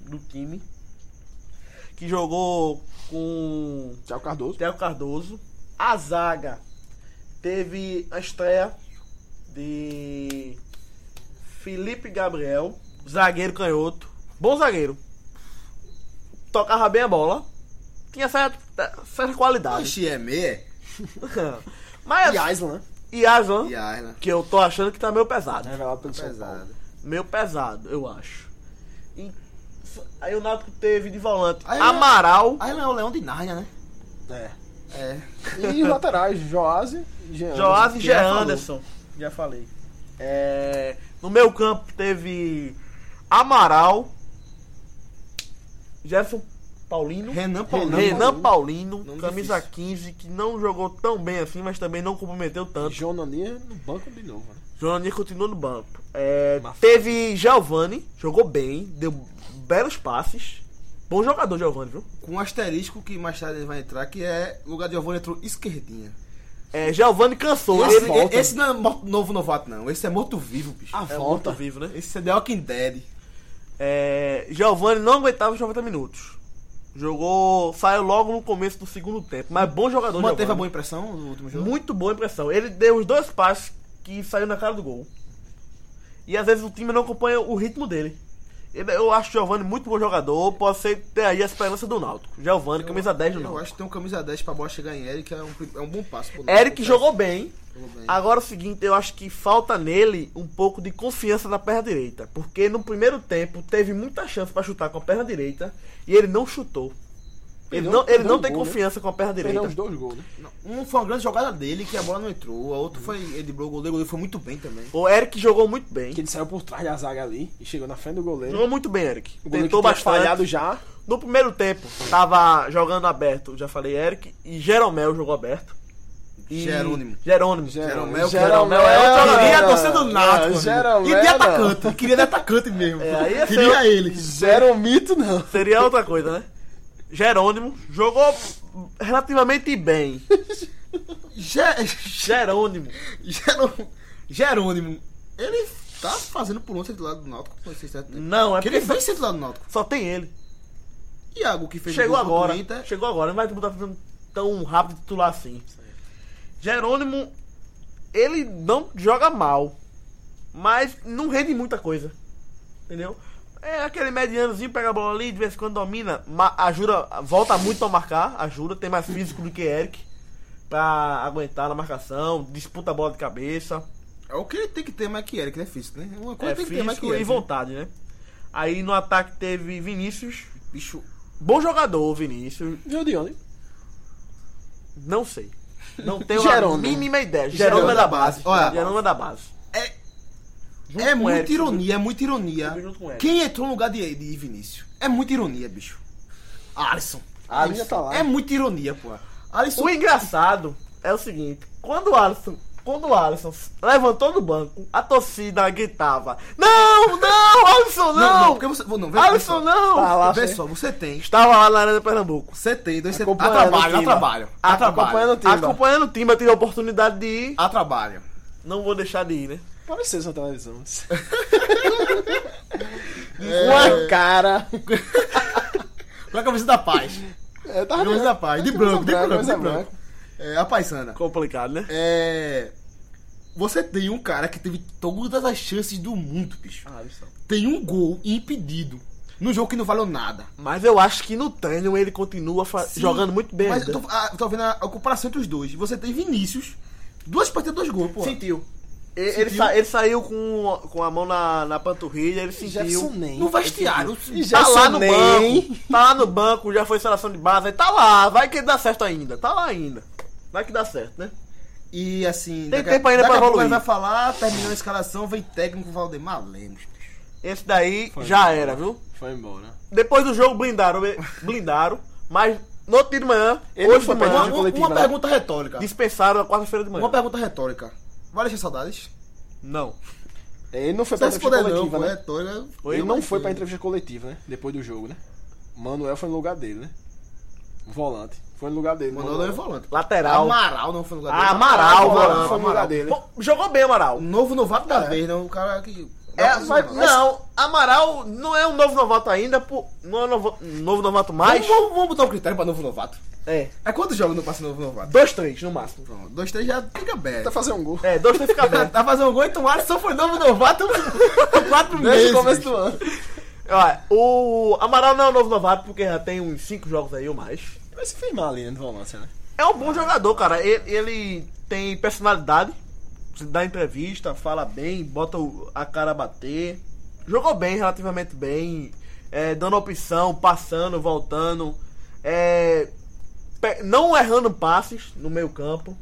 Speaker 1: do time, que jogou com
Speaker 3: Thiago Cardoso.
Speaker 1: Theo Cardoso. A zaga teve a estreia de Felipe Gabriel, zagueiro canhoto. Bom zagueiro. Tocava bem a bola. Tinha certa, certa qualidade.
Speaker 2: é Oxiemê
Speaker 1: Mas.
Speaker 3: E Aislan, né?
Speaker 1: E Aslan,
Speaker 2: e Arna.
Speaker 1: que eu tô achando que tá meio pesado.
Speaker 3: Revelado pelo São Paulo.
Speaker 2: Pesado.
Speaker 1: Meio pesado, eu acho. E f- aí o Náutico teve de volante
Speaker 2: Aí-
Speaker 1: Amaral.
Speaker 2: Arna é o leão de Nárnia, né?
Speaker 3: É.
Speaker 2: É.
Speaker 3: E os laterais, Joase e Jean.
Speaker 1: Joás e
Speaker 3: é Que já
Speaker 1: Jean
Speaker 3: falou.
Speaker 1: Anderson. Já falei. É, no meu campo teve Amaral, Jefferson Paulino,
Speaker 2: Renan
Speaker 1: Renan
Speaker 2: Paulino.
Speaker 1: Renan Paulino,
Speaker 2: Nome
Speaker 1: camisa 15,
Speaker 2: difícil.
Speaker 1: que não jogou tão bem assim, mas também não comprometeu tanto.
Speaker 3: João Nania é no banco de novo, né?
Speaker 1: Jonani continua no banco. É,
Speaker 3: Mas-
Speaker 1: teve Giovani, jogou bem, deu belos passes. Bom jogador, Giovani, viu?
Speaker 2: Com um asterisco que mais tarde ele vai entrar, que é o lugar de Giovanni entrou esquerdinha.
Speaker 1: É, Giovani cansou.
Speaker 2: Esse,
Speaker 1: Ele-
Speaker 3: volta.
Speaker 2: esse não é mo- novo novato, não. Esse é morto-vivo, bicho.
Speaker 3: A
Speaker 1: é
Speaker 3: volta.
Speaker 1: muito vivo, né?
Speaker 2: Esse é The Walking Dead.
Speaker 1: É, Giovani não aguentava os 90 minutos. Jogou, saiu logo no começo do segundo tempo. Mas bom jogador,
Speaker 2: Manteve a boa
Speaker 1: Giovani.
Speaker 2: impressão do último jogo?
Speaker 1: Muito boa impressão. Ele deu os dois passes que saiu na cara do gol. E às vezes o time não acompanha o ritmo dele. Ele- eu acho o Giovani muito bom jogador. Pode ser ter aí a esperança do Náutico. Giovani, camisa 10 do
Speaker 2: Eu
Speaker 1: Náutico.
Speaker 2: acho que tem um camisa 10 pra bola chegar em Eric, é um, é um bom passo. pro
Speaker 1: Eric
Speaker 2: Náutico.
Speaker 1: jogou bem.
Speaker 2: Jogou bem.
Speaker 1: Agora é o seguinte, eu acho que falta nele um pouco de confiança na perna direita. Porque no primeiro tempo teve muita chance pra chutar com a perna direita e ele não chutou. Ele
Speaker 3: Perdeu-
Speaker 1: não, ele
Speaker 3: perdeu
Speaker 1: não
Speaker 3: um
Speaker 1: tem
Speaker 3: gol, né?
Speaker 1: confiança com a perna
Speaker 3: Perdeu os
Speaker 1: direita.
Speaker 3: dois gols, né?
Speaker 2: Um foi uma grande jogada dele, que a bola não entrou. A outro foi. Ele driblou o goleiro, o goleiro foi muito bem também.
Speaker 1: O Eric jogou muito bem.
Speaker 3: Que ele saiu por trás da zaga ali e chegou na frente do goleiro.
Speaker 1: Jogou muito bem, Eric.
Speaker 3: O goleiro
Speaker 1: Tentou
Speaker 3: que tinha
Speaker 1: bastante.
Speaker 3: falhado já.
Speaker 1: No primeiro tempo, tava jogando aberto, já falei Eric, e Jeromel jogou aberto. E
Speaker 2: Jerônimo.
Speaker 1: Jerônimo.
Speaker 2: Jeromel,
Speaker 1: Jeromel é outro jogador.
Speaker 2: Queria a
Speaker 1: Não,
Speaker 2: torcida do Nato. meu amigo.
Speaker 3: Jeromel.
Speaker 2: E de atacante. Queria de atacante mesmo.
Speaker 1: É, aí ia ser
Speaker 2: Queria
Speaker 1: o-
Speaker 2: ele.
Speaker 3: Zero mito, não.
Speaker 1: Seria outra coisa, né? Jerônimo jogou relativamente bem.
Speaker 2: Ge-
Speaker 1: Jerônimo.
Speaker 2: Gerô- Jerônimo. Ele tá fazendo por um titular do Náutico. com esse certo tempo.
Speaker 1: Não, é
Speaker 2: Porque
Speaker 1: porque
Speaker 2: ele vem ser titular do Náutico.
Speaker 1: só tem ele.
Speaker 2: Iago que fez o
Speaker 1: Chegou
Speaker 2: gol contra o
Speaker 1: agora.
Speaker 2: Inter.
Speaker 1: Chegou agora. Não vai mudar tão- tão rápido titular assim. Jerônimo, ele não joga mal. Mas não rende muita coisa. Entendeu? É aquele medianozinho, pega a bola ali, de vez em quando domina. ma- Ajuda, volta muito a marcar. Ajuda, tem mais físico do que Eric. Pra aguentar na marcação. Disputa a bola de cabeça.
Speaker 2: É o que ele tem que ter mais que Eric, né? Físico, né? Uma coisa
Speaker 1: É,
Speaker 2: tem que ter mais que
Speaker 1: físico e
Speaker 2: Eric. né?
Speaker 1: vontade, né? Aí no ataque teve Vinícius.
Speaker 2: Bicho,
Speaker 1: Bom jogador, Vinícius.
Speaker 3: Viu de onde?
Speaker 1: Não sei. Não tenho a
Speaker 3: Jerônimo.
Speaker 1: mínima ideia.
Speaker 2: Jerônimo
Speaker 1: Jerônimo é da
Speaker 2: da
Speaker 1: base.
Speaker 2: base. Olha.
Speaker 1: Jerônimo é da base.
Speaker 2: é,
Speaker 1: Junto
Speaker 2: é
Speaker 1: com
Speaker 2: muita
Speaker 1: Eric,
Speaker 2: ironia, é muita ironia.
Speaker 1: Junto com Eric.
Speaker 2: Quem entrou no lugar de, de Vinícius? É muita ironia, bicho. Alisson.
Speaker 3: Alisson tá lá.
Speaker 2: É muita ironia, pô. Alisson.
Speaker 1: O engraçado é o seguinte, quando o Alisson, quando o Alisson levantou do banco, a torcida gritava: "Não, não, Alisson não!"
Speaker 2: não, porque você. Não, vê vê
Speaker 1: Alisson
Speaker 2: só.
Speaker 1: não!
Speaker 2: Tá lá,
Speaker 1: Vê
Speaker 2: Vê só, você tem.
Speaker 1: Estava lá na Arena de Pernambuco.
Speaker 2: Você tem dois. Você... Há
Speaker 1: Acompanhando
Speaker 2: trabalho,
Speaker 1: o
Speaker 2: há
Speaker 1: Timba.
Speaker 2: trabalho. Há
Speaker 4: Acompanhando o
Speaker 2: trabalho.
Speaker 4: Timba.
Speaker 1: Acompanhando o time, eu tive a oportunidade de ir.
Speaker 2: Há trabalho.
Speaker 1: Não vou deixar de ir, né?
Speaker 4: Pode ser sua televisão.
Speaker 2: É.
Speaker 1: Uma cara.
Speaker 2: Com a camisa da paz.
Speaker 4: É,
Speaker 2: Com
Speaker 4: tava
Speaker 2: a camisa da paz. De
Speaker 4: Camisa
Speaker 2: branco, de
Speaker 4: branca,
Speaker 2: branco, de
Speaker 3: é
Speaker 4: camisa
Speaker 2: branco. É, a paisana.
Speaker 1: Complicado, né?
Speaker 2: É. Você tem um cara que teve todas as chances do mundo, bicho.
Speaker 1: Alisson.
Speaker 2: Tem um gol impedido. Num jogo que não valeu nada.
Speaker 1: Mas eu acho que no Tânio ele continua fa-
Speaker 2: Sim,
Speaker 1: jogando muito bem. né?
Speaker 2: Mas
Speaker 1: ainda.
Speaker 2: eu tô, ah, eu tô vendo a, a comparação entre os dois. Você tem Vinícius, duas partidas, dois gols, pô.
Speaker 1: Sentiu. E- Ele,
Speaker 2: Sentiu.
Speaker 1: sa- ele saiu com, com a mão na, na panturrilha, ele
Speaker 4: Jefferson
Speaker 1: sentiu.
Speaker 4: nem.
Speaker 2: No vestiário.
Speaker 4: E
Speaker 1: Tá
Speaker 4: Jefferson
Speaker 1: lá no
Speaker 4: nem.
Speaker 1: banco. Tá lá no banco, já foi seleção de base, aí tá lá, vai que dá certo ainda. Tá lá ainda. Vai que dá certo, né?
Speaker 2: E assim.
Speaker 1: Tem
Speaker 2: daqui-
Speaker 1: tempo ainda
Speaker 2: daqui
Speaker 1: pra
Speaker 2: a pouco
Speaker 1: evoluir.
Speaker 2: ele vai falar, terminou a escalação, vem técnico Valdemar Lemos, bicho.
Speaker 1: Esse daí
Speaker 4: Foi.
Speaker 1: já era, viu?
Speaker 4: Foi embora.
Speaker 1: Depois do jogo blindaram, blindaram, mas no outro dia de manhã,
Speaker 4: Ele
Speaker 1: hoje de
Speaker 4: foi pra
Speaker 2: Uma,
Speaker 1: manhã,
Speaker 4: Grande
Speaker 2: uma-
Speaker 4: coletiva,
Speaker 2: uma
Speaker 4: né?
Speaker 2: pergunta retórica.
Speaker 1: dispensaram na quarta-feira de manhã.
Speaker 2: Uma pergunta retórica. Vai deixar saudades?
Speaker 1: Não.
Speaker 4: É, Ele não foi pra
Speaker 2: Não Tá se
Speaker 4: entrevista
Speaker 2: puder não,
Speaker 4: coletiva,
Speaker 2: pô, é.
Speaker 4: né?
Speaker 2: retórica.
Speaker 1: Foi,
Speaker 4: ele não
Speaker 1: mas
Speaker 4: foi
Speaker 1: foi.
Speaker 4: pra entrevista coletiva, né? Depois do jogo, né? Manuel foi no lugar dele, né? Volante. Foi no lugar dele.
Speaker 2: Mandou é volante.
Speaker 1: Lateral.
Speaker 2: Amaral não foi no lugar
Speaker 1: Ah,
Speaker 4: Ah,
Speaker 1: Amaral,
Speaker 4: o volante
Speaker 1: Amaral.
Speaker 4: foi no lugar
Speaker 2: Amaral.
Speaker 4: dele. né?
Speaker 1: Pô, Jogou bem, Amaral.
Speaker 2: Novo novato da vez, né? Um cara que.
Speaker 1: É, mas,
Speaker 2: Vamos-
Speaker 1: não, Amaral não é um novo novato ainda, pô, não é um novo, novo novato mais.
Speaker 2: Vamos, vamos botar um critério pra novo novato.
Speaker 1: É,
Speaker 2: É quantos jogos não passa novo novato?
Speaker 1: dois, três no máximo.
Speaker 2: Pronto, dois, três já fica bem.
Speaker 4: Tá fazendo um gol.
Speaker 1: É, dois, três fica bem.
Speaker 2: Tá fazendo um gol e tomara só foi novo novato quatro meses.
Speaker 4: Desde o começo do ano.
Speaker 1: Olha, o Amaral não é um novo novato porque já tem uns cinco jogos aí ou mais.
Speaker 4: Vai se firmar ali, né? No volante, né?
Speaker 1: É um bom jogador, cara. Ele, ele tem personalidade, se dá entrevista, fala bem, bota o- a cara a bater. Jogou bem, relativamente bem, é, dando opção, passando, voltando, é, pe- não errando passes no meio campo.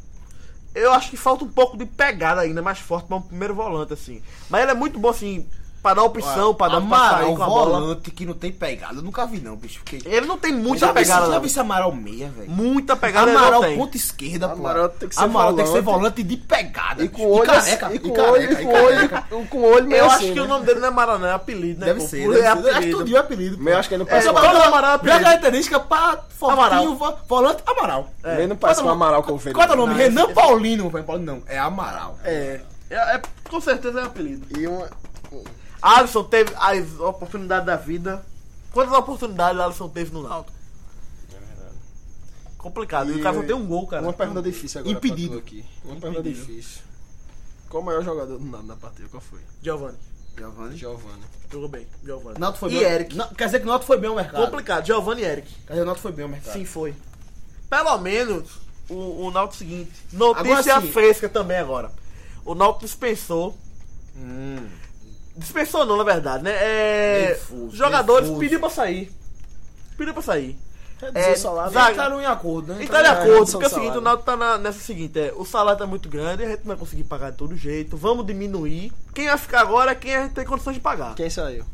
Speaker 1: Eu acho que falta um pouco de pegada ainda, mais forte para um primeiro volante, assim. Mas ele é muito bom, assim, para dar opção, para dar pra
Speaker 2: Amaral, é um
Speaker 1: sair com a bola.
Speaker 2: volante que não tem pegada. Eu nunca vi, não, bicho. Porque...
Speaker 1: Ele não tem muita
Speaker 2: já vi,
Speaker 1: pegada,
Speaker 2: já
Speaker 1: não.
Speaker 2: vi esse Amaral meia, velho.
Speaker 1: Muita pegada
Speaker 2: Amaral,
Speaker 1: ele não tem.
Speaker 2: ponta esquerda, pô.
Speaker 4: Amaral tem que ser
Speaker 2: Amaral tem que ser
Speaker 4: volante.
Speaker 2: volante de pegada.
Speaker 4: E
Speaker 2: bicho.
Speaker 4: com o olho.
Speaker 2: careca,
Speaker 4: assim, E com
Speaker 2: e
Speaker 4: o olho. E
Speaker 2: careca,
Speaker 4: é,
Speaker 2: e
Speaker 4: com o olho.
Speaker 2: careca.
Speaker 4: e Com o olho meio
Speaker 1: Eu acho
Speaker 4: assim,
Speaker 1: que
Speaker 4: né?
Speaker 1: o nome dele não é Maranã, é apelido, né?
Speaker 2: Deve
Speaker 1: pô?
Speaker 2: ser,
Speaker 1: Por- é
Speaker 2: deve ser. Acho que
Speaker 1: apelido.
Speaker 2: tudinho é apelido. pô.
Speaker 4: Meio acho que ele não
Speaker 1: É,
Speaker 4: parece.
Speaker 1: só pra-
Speaker 2: Amaral,
Speaker 1: Amaral é
Speaker 2: minha
Speaker 1: apelido.
Speaker 2: característica pra fortinho,
Speaker 1: Amaral.
Speaker 2: vo- volante, Amaral.
Speaker 4: Ele não parece
Speaker 2: Qual
Speaker 4: um
Speaker 2: é o nome?
Speaker 4: Amaral com o
Speaker 2: Qual é o nome?
Speaker 1: Não,
Speaker 2: Renan Paulino. Não, Paulino não, é Amaral.
Speaker 4: É.
Speaker 1: É, é- com certeza é apelido.
Speaker 4: E uma.
Speaker 1: Alisson teve as oportunidades da vida. Quantas oportunidades Alisson teve no Náutico?
Speaker 2: É
Speaker 1: Complicado. E, o cara só tem um gol, cara.
Speaker 4: Uma pergunta difícil agora.
Speaker 2: Impedido.
Speaker 4: pra tu aqui. Uma pergunta
Speaker 1: Impedido.
Speaker 4: difícil. Qual o maior jogador do nada na partida? Qual foi?
Speaker 1: Giovanni.
Speaker 2: Giovanni.
Speaker 4: Giovanni.
Speaker 1: Jogou bem. Giovanni.
Speaker 2: Nauto foi
Speaker 1: e
Speaker 2: bem.
Speaker 1: Eric.
Speaker 2: Na- quer dizer que o Nauto foi bem ao mercado.
Speaker 1: Complicado. Giovanni e Eric.
Speaker 2: Quer dizer, o Nauto foi bem ao mercado.
Speaker 1: Sim, foi. Tá. Pelo menos o, o Náutico seguinte. Notícia
Speaker 2: Agora sim.
Speaker 1: fresca também agora. O Náutico dispensou Dispensou não, na verdade, né? É,
Speaker 2: Nervoso,
Speaker 1: jogadores
Speaker 2: nervoso.
Speaker 1: pediu pra sair. Pediu pra sair.
Speaker 2: É,
Speaker 4: Reduzir o salário.
Speaker 1: zaga-
Speaker 2: Entraram em acordo, né?
Speaker 1: Então, de
Speaker 4: é,
Speaker 1: acordo,
Speaker 4: redução
Speaker 1: porque é o
Speaker 4: do
Speaker 1: seguinte, o
Speaker 4: salário.
Speaker 1: Náutico tá na- nessa seguinte, é, o salário tá muito grande, a gente não vai conseguir pagar de todo jeito, vamos diminuir. Quem vai ficar agora é quem a gente tem condições de pagar.
Speaker 4: Quem saiu?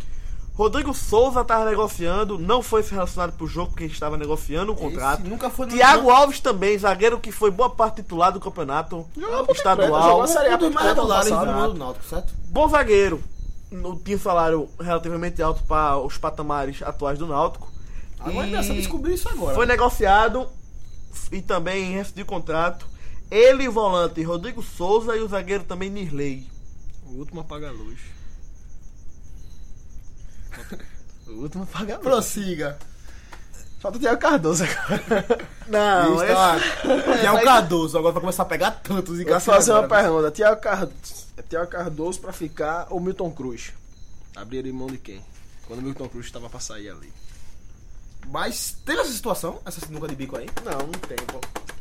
Speaker 1: Rodrigo Souza tava negociando, não foi relacionado pro jogo porque estava negociando o contrato.
Speaker 2: Esse nunca foi no-
Speaker 1: Tiago Alves também, zagueiro que foi boa parte titular do campeonato
Speaker 4: Jogou Preta,
Speaker 1: estadual.
Speaker 4: jogou a Série A
Speaker 2: Um dos
Speaker 4: Ponte
Speaker 2: mais
Speaker 4: Preta no
Speaker 2: regulares do
Speaker 4: passado.
Speaker 2: mundo do Náutico, certo?
Speaker 1: né? Bom zagueiro. No- Tinha um salário relativamente alto para os patamares atuais do Náutico.
Speaker 2: Agora
Speaker 4: é
Speaker 1: E
Speaker 2: nós vamos descobrir isso agora.
Speaker 1: Foi negociado e também rescindiu o contrato. Ele, o volante Rodrigo Souza e o zagueiro também Nirley.
Speaker 4: O último apaga a luz. O último apaga a luz.
Speaker 2: Prossiga.
Speaker 4: Falta o Thiago Cardoso agora.
Speaker 1: Não,
Speaker 2: Está-
Speaker 1: esse-
Speaker 2: Que é o Cardoso, agora vai começar a pegar tantos
Speaker 4: Eu vou
Speaker 2: engraçados.
Speaker 4: fazer uma pergunta. Thiago, Card... Thiago Cardoso pra ficar ou Milton Cruz? Abriria mão de quem? Quando o Milton Cruz estava pra sair ali.
Speaker 2: Mas teve essa situação, essa sinuca de bico aí.
Speaker 1: não, não tem. pô.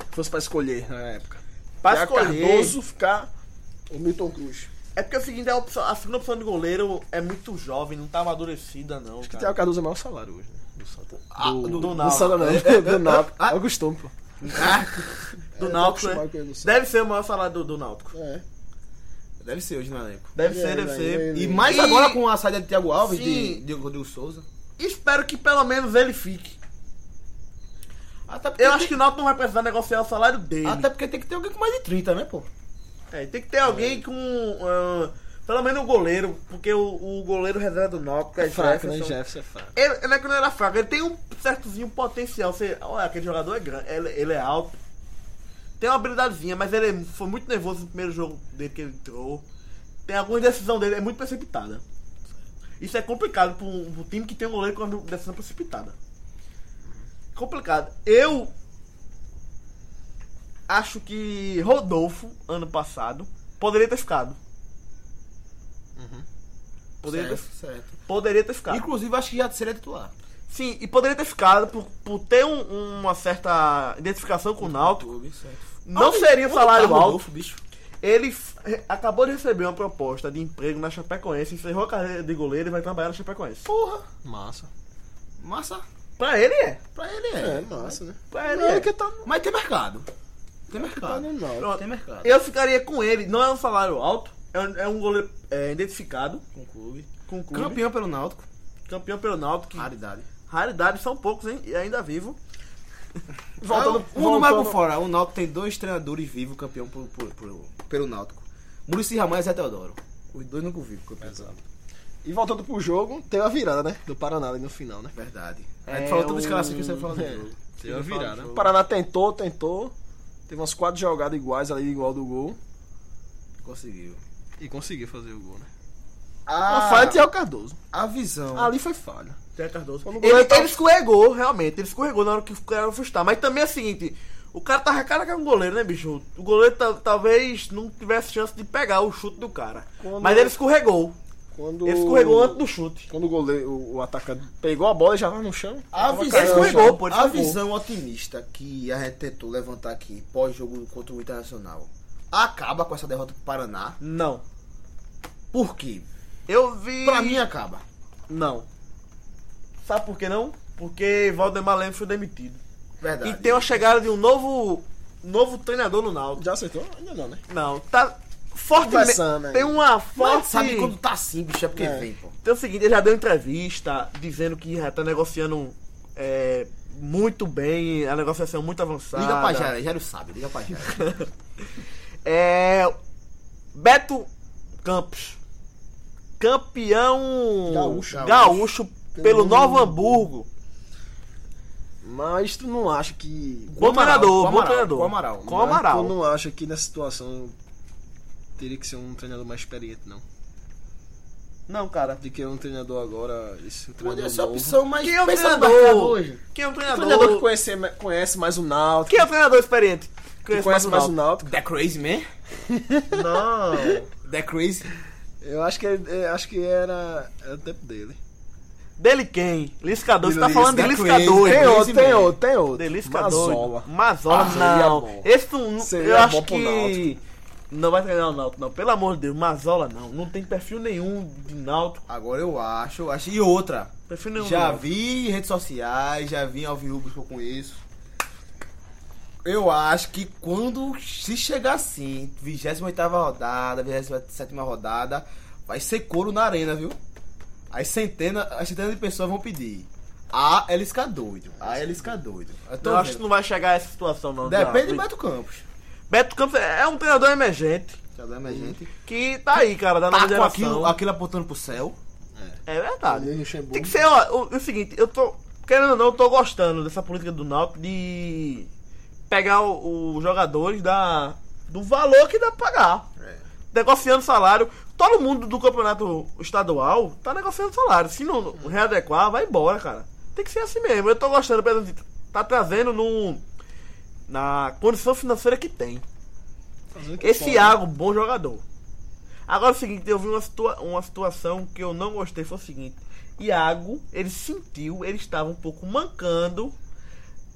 Speaker 4: Se fosse pra escolher na época.
Speaker 1: Pra
Speaker 4: Thiago
Speaker 1: escolher-
Speaker 4: Cardoso ficar ou Milton Cruz?
Speaker 1: É porque é o seguinte, a, opção- a segunda opção de goleiro é muito jovem, não tá amadurecida, não.
Speaker 4: Acho que
Speaker 1: cara.
Speaker 4: Thiago Cardoso é o maior salário hoje, né? Do Santa.
Speaker 1: Ah, do- do
Speaker 4: Do
Speaker 1: Náutico.
Speaker 4: Santa não, do Náutico.
Speaker 2: Ah.
Speaker 4: É o costume, pô. É,
Speaker 1: Do Náutico,
Speaker 4: tá
Speaker 1: né?
Speaker 4: acostumado com ele no Santa.
Speaker 1: Deve ser o maior salário do, do Náutico.
Speaker 4: É.
Speaker 2: Deve ser hoje no elenco.
Speaker 1: Deve
Speaker 4: É,
Speaker 1: ser, deve
Speaker 4: é,
Speaker 1: ser.
Speaker 4: é, é.
Speaker 2: E mais
Speaker 1: E-
Speaker 2: agora com a saída de Thiago Alves,
Speaker 1: Sim.
Speaker 2: de, de Rodrigo Souza.
Speaker 1: Espero que pelo menos ele fique.
Speaker 2: Até porque,
Speaker 1: Eu acho que o Náutico não vai precisar negociar o salário dele.
Speaker 2: até porque tem que ter alguém com mais de 30, né, pô?
Speaker 1: É, tem que ter alguém com. ah, pelo menos um goleiro, porque o, o goleiro reserva do Náutico é,
Speaker 4: Fraco, né?
Speaker 1: Jefferson.
Speaker 4: Jefferson é fraco.
Speaker 1: Ele, não é que não era fraco, ele tem um certozinho potencial. Você, olha, aquele jogador é grande, ele, ele é alto. Tem uma habilidadezinha, mas ele é- foi muito nervoso no primeiro jogo dele que ele entrou. Tem algumas decisões dele, é muito precipitada. Isso é complicado para um, pra um time que tem um goleiro com uma decisão precipitada. Complicado. Eu acho que Rodolfo, ano passado, poderia ter ficado. Poderia, ter,
Speaker 2: Uhum. Certo, certo.
Speaker 1: poderia ter ficado.
Speaker 2: Inclusive, acho que já seria titular.
Speaker 1: Sim, e poderia ter ficado por, por ter um- uma certa identificação com o Náutico.
Speaker 2: Clube, certo.
Speaker 1: Não seria um salário
Speaker 2: Rodolfo,
Speaker 1: alto.
Speaker 2: bicho.
Speaker 1: Ele f- re- acabou de receber uma proposta de emprego na Chapecoense, encerrou a carreira de goleiro e vai trabalhar na Chapecoense.
Speaker 2: Porra,
Speaker 4: Massa.
Speaker 2: massa.
Speaker 1: Pra ele é.
Speaker 2: Pra ele
Speaker 4: É,
Speaker 2: é.
Speaker 4: massa, né?
Speaker 1: Pra ele
Speaker 4: Não,
Speaker 1: é.
Speaker 4: é que tá no-
Speaker 2: Mas tem mercado. Tem
Speaker 4: tá
Speaker 2: mercado.
Speaker 4: no Náutico.
Speaker 1: Pronto.
Speaker 2: Tem mercado.
Speaker 1: Eu ficaria com ele, não é um salário alto, é um, é um goleiro é, identificado
Speaker 2: Com o clube.
Speaker 1: com o clube. Campeão,
Speaker 2: Campeão pelo Náutico.
Speaker 1: pelo Náutico, que
Speaker 2: Raridade.
Speaker 1: raridade são poucos, hein? E ainda vivo.
Speaker 4: Ah,
Speaker 2: Voltando,
Speaker 1: Voltando,
Speaker 2: um número por
Speaker 1: voltando-
Speaker 2: fora. O Náutico tem dois treinadores vivos campeão por, por, por- pelo Náutico. Murici Ramalho e Zé Teodoro. Os dois nunca vivos campeão.
Speaker 4: Exato. E voltando pro jogo, teve a virada, né? Do Paraná ali no final, né?
Speaker 2: Verdade.
Speaker 1: É,
Speaker 2: A gente falou toda
Speaker 1: o-
Speaker 2: a escalação que você assim, falou
Speaker 4: É,
Speaker 2: dele.
Speaker 4: teve a
Speaker 1: Fala do
Speaker 4: virada.
Speaker 1: jogo.
Speaker 4: O Paraná tentou, tentou. Teve umas quatro jogadas iguais ali, igual do gol.
Speaker 2: Conseguiu.
Speaker 4: E conseguiu fazer o gol, né?
Speaker 3: Ah,
Speaker 4: Ah. A falha
Speaker 2: A,
Speaker 4: de Thiago Cardoso.
Speaker 2: a visão.
Speaker 4: Ali foi falha.
Speaker 1: Zé Cardoso.
Speaker 4: Quando o
Speaker 1: Ele,
Speaker 4: goleiro tá-
Speaker 1: ele escorregou, realmente. Ele escorregou na hora que o cara frustrar. Mas também é o seguinte: o cara tava cara com o goleiro, né, bicho? O goleiro ta- talvez não tivesse chance de pegar o chute do cara.
Speaker 4: Quando-
Speaker 1: Mas ele escorregou.
Speaker 4: Quando...
Speaker 1: Ele escorregou antes do chute.
Speaker 4: Quando o goleiro, o, o atacante pegou a bola e já tava no chão.
Speaker 2: A
Speaker 4: Tava
Speaker 2: visão,
Speaker 4: caindo no
Speaker 1: escorregou,
Speaker 4: chão.
Speaker 1: pô, ele
Speaker 2: a
Speaker 1: escorregou.
Speaker 2: visão otimista que a gente tentou levantar aqui pós-jogo contra o Internacional acaba com essa derrota pro Paraná.
Speaker 1: Não.
Speaker 2: Por quê?
Speaker 1: Eu vi.
Speaker 2: Pra mim acaba.
Speaker 1: Não. Sabe por que não? Porque Valdemar Lemos foi demitido.
Speaker 2: Verdade.
Speaker 1: E tem uma chegada de um novo. Novo treinador no Náutico.
Speaker 4: Já aceitou? Ainda não, né?
Speaker 1: Não, tá. Fortemente.
Speaker 4: Conversando aí.
Speaker 1: Tem uma
Speaker 2: Mas
Speaker 1: forte.
Speaker 2: sabe quando tá assim, bicho, é porque
Speaker 4: É.
Speaker 2: vem, pô.
Speaker 1: Então é o seguinte, ele já deu entrevista dizendo que já tá negociando é, muito bem, a negociação é muito avançada.
Speaker 2: Liga pra Jairo, Jairo sabe, liga pra Jairo.
Speaker 1: É. Beto Campos. Campeão
Speaker 4: Gaúcho.
Speaker 1: gaúcho pelo
Speaker 4: Pelo-
Speaker 1: Novo Hamburgo.
Speaker 4: Mas tu não acha que.
Speaker 1: Bom treinador, bom
Speaker 2: Amaral,
Speaker 1: treinador.
Speaker 2: com o Amaral.
Speaker 1: Com o Amaral.
Speaker 4: Tu não acha que nessa situação teria que ser um treinador mais experiente, não?
Speaker 1: Não, cara.
Speaker 4: De que um treinador agora. Esse treinador
Speaker 2: Poderia ser a
Speaker 4: novo.
Speaker 2: opção mais
Speaker 1: Quem é o
Speaker 2: pensa no
Speaker 1: treinador?
Speaker 2: mercado hoje.
Speaker 1: Quem é o
Speaker 4: Um
Speaker 1: treinador?
Speaker 4: treinador que conhece, conhece mais o Náutico.
Speaker 1: Quem é o treinador experiente?
Speaker 4: que conhece mais o Náutico.
Speaker 1: Náutico.
Speaker 2: The Crazy Man?
Speaker 1: Não.
Speaker 2: The Crazy?
Speaker 4: Eu acho que, ele- eu acho que era, era o tempo dele.
Speaker 1: Dele quem? Liscador. Você tá
Speaker 2: Lis-
Speaker 1: falando de
Speaker 2: da
Speaker 1: Liscador.
Speaker 2: Crazy.
Speaker 4: Tem
Speaker 2: Crazy
Speaker 4: outro, tem
Speaker 2: Man.
Speaker 4: outro, tem outro.
Speaker 1: Deliscador.
Speaker 4: Mazola.
Speaker 1: Mazola,
Speaker 4: Ah, seria
Speaker 1: não.
Speaker 4: bom.
Speaker 1: Esse não,
Speaker 4: Seria
Speaker 1: eu acho
Speaker 4: bom pro
Speaker 1: que
Speaker 4: Náutico.
Speaker 1: não vai treinar o Náutico, não. Pelo amor de Deus, Mazola não. Não tem perfil nenhum de Náutico.
Speaker 2: Agora eu acho, acho. E outra.
Speaker 1: Perfil nenhum.
Speaker 2: Já
Speaker 1: não.
Speaker 2: vi em redes sociais, já vi em alvirrubos que eu conheço. Eu acho que quando se chegar assim, 28 rodada, 27 rodada, vai ser couro na arena, viu? As centenas, as centenas de pessoas vão pedir. Ah, Elisca doido. Ah, Elisca doido. Eu tô
Speaker 1: Eu acho que
Speaker 2: vendo.
Speaker 1: não vai chegar a essa situação, não.
Speaker 2: Depende do
Speaker 1: Não.
Speaker 2: Beto Campos.
Speaker 1: Beto Campos é um treinador emergente
Speaker 2: Já dá mais gente.
Speaker 1: que tá aí, cara, da nova
Speaker 2: Tá com
Speaker 1: geração.
Speaker 2: aquilo, aquilo apontando pro céu.
Speaker 1: É verdade.
Speaker 4: Ali, Luxemburgo.
Speaker 1: Tem que ser, ó, o, o seguinte, eu tô. Querendo ou não, eu tô gostando dessa política do Náutico de pegar o- os jogadores da, do valor que dá pra pagar.
Speaker 4: É,
Speaker 1: Negociando salário. Todo mundo do campeonato estadual tá negociando salário. Se não readequar, vai embora, cara. Tem que ser assim mesmo. Eu tô gostando, pelo menos, tá trazendo no, na condição financeira que tem.
Speaker 4: Fazendo o que
Speaker 1: Esse
Speaker 4: pode.
Speaker 1: Iago, bom jogador. Agora é o seguinte, eu vi uma, situa- uma situação que eu não gostei, foi o seguinte. Iago, ele sentiu, ele estava um pouco mancando.